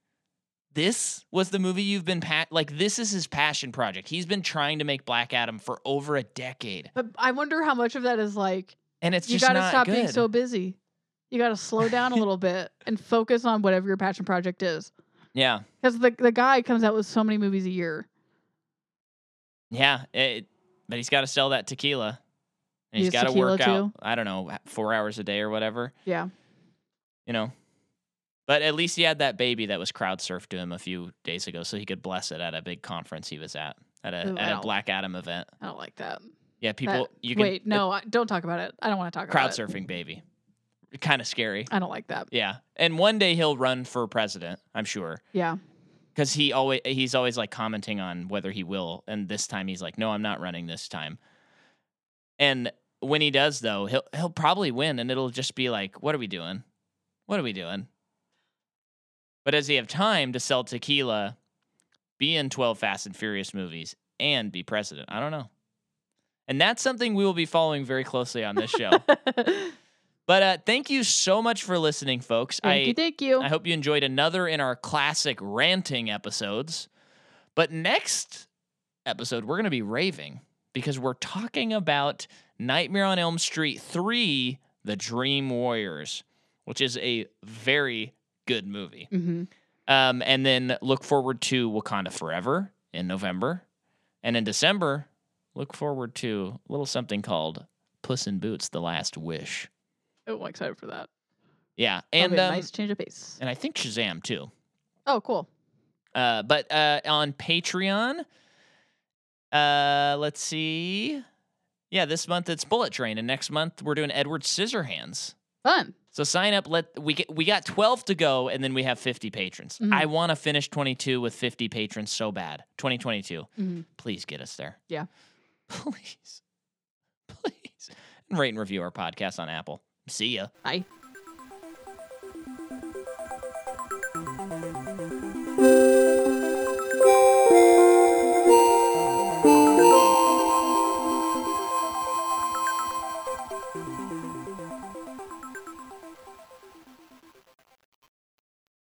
this was the movie you've been pa- like this is his passion project. He's been trying to make Black Adam for over a decade. But I wonder how much of that is like And it's you just got to not stop good. being so busy. You got to slow down a little bit and focus on whatever your passion project is. yeah. Because the the guy comes out with so many movies a year. Yeah, it, but he's got to sell that tequila. And He he's has got to tequila work out, too? I don't know, four hours a day or whatever, Yeah, you know. But at least he had that baby that was crowd surfed to him a few days ago so he could bless it at a big conference he was at, at a, Ooh, I at a don't- Black Adam event. I don't like that. Yeah, people, That- you can wait. No, I, don't talk about it. I don't want to talk it- crowd about it. surfing baby. Kind of scary. I don't like that. Yeah. And one day he'll run for president, I'm sure. Yeah, because he always he's always like commenting on whether he will, and this time he's like, "No, I'm not running this time." And when he does, though, he'll he'll probably win, and it'll just be like, "What are we doing? What are we doing?" But does he have time to sell tequila, be in twelve Fast and Furious movies, and be president? I don't know. And that's something we will be following very closely on this show. but uh, thank you so much for listening, folks. I thank you, thank you. I hope you enjoyed another in our classic ranting episodes. But next episode, we're going to be raving because we're talking about Nightmare on Elm Street 3 The Dream Warriors, which is a very good movie. Mhm. Um, and then look forward to Wakanda Forever in November. And in December, look forward to a little something called Puss in Boots The Last Wish. Oh, I'm excited for that. Yeah. That'll And, be a um, nice change of pace. and I think Shazam too. Oh, cool. Uh, but uh, on Patreon, uh, let's see. Yeah, this month it's Bullet Train, and next month we're doing Edward Scissorhands. Fun. So sign up. Let we get we got twelve to go, and then we have fifty patrons. Mhm. I want to finish twenty two with fifty patrons so bad. Twenty twenty two. Mhm. Please get us there. Yeah. Please, please, and rate and review our podcast on Apple. See ya. Bye.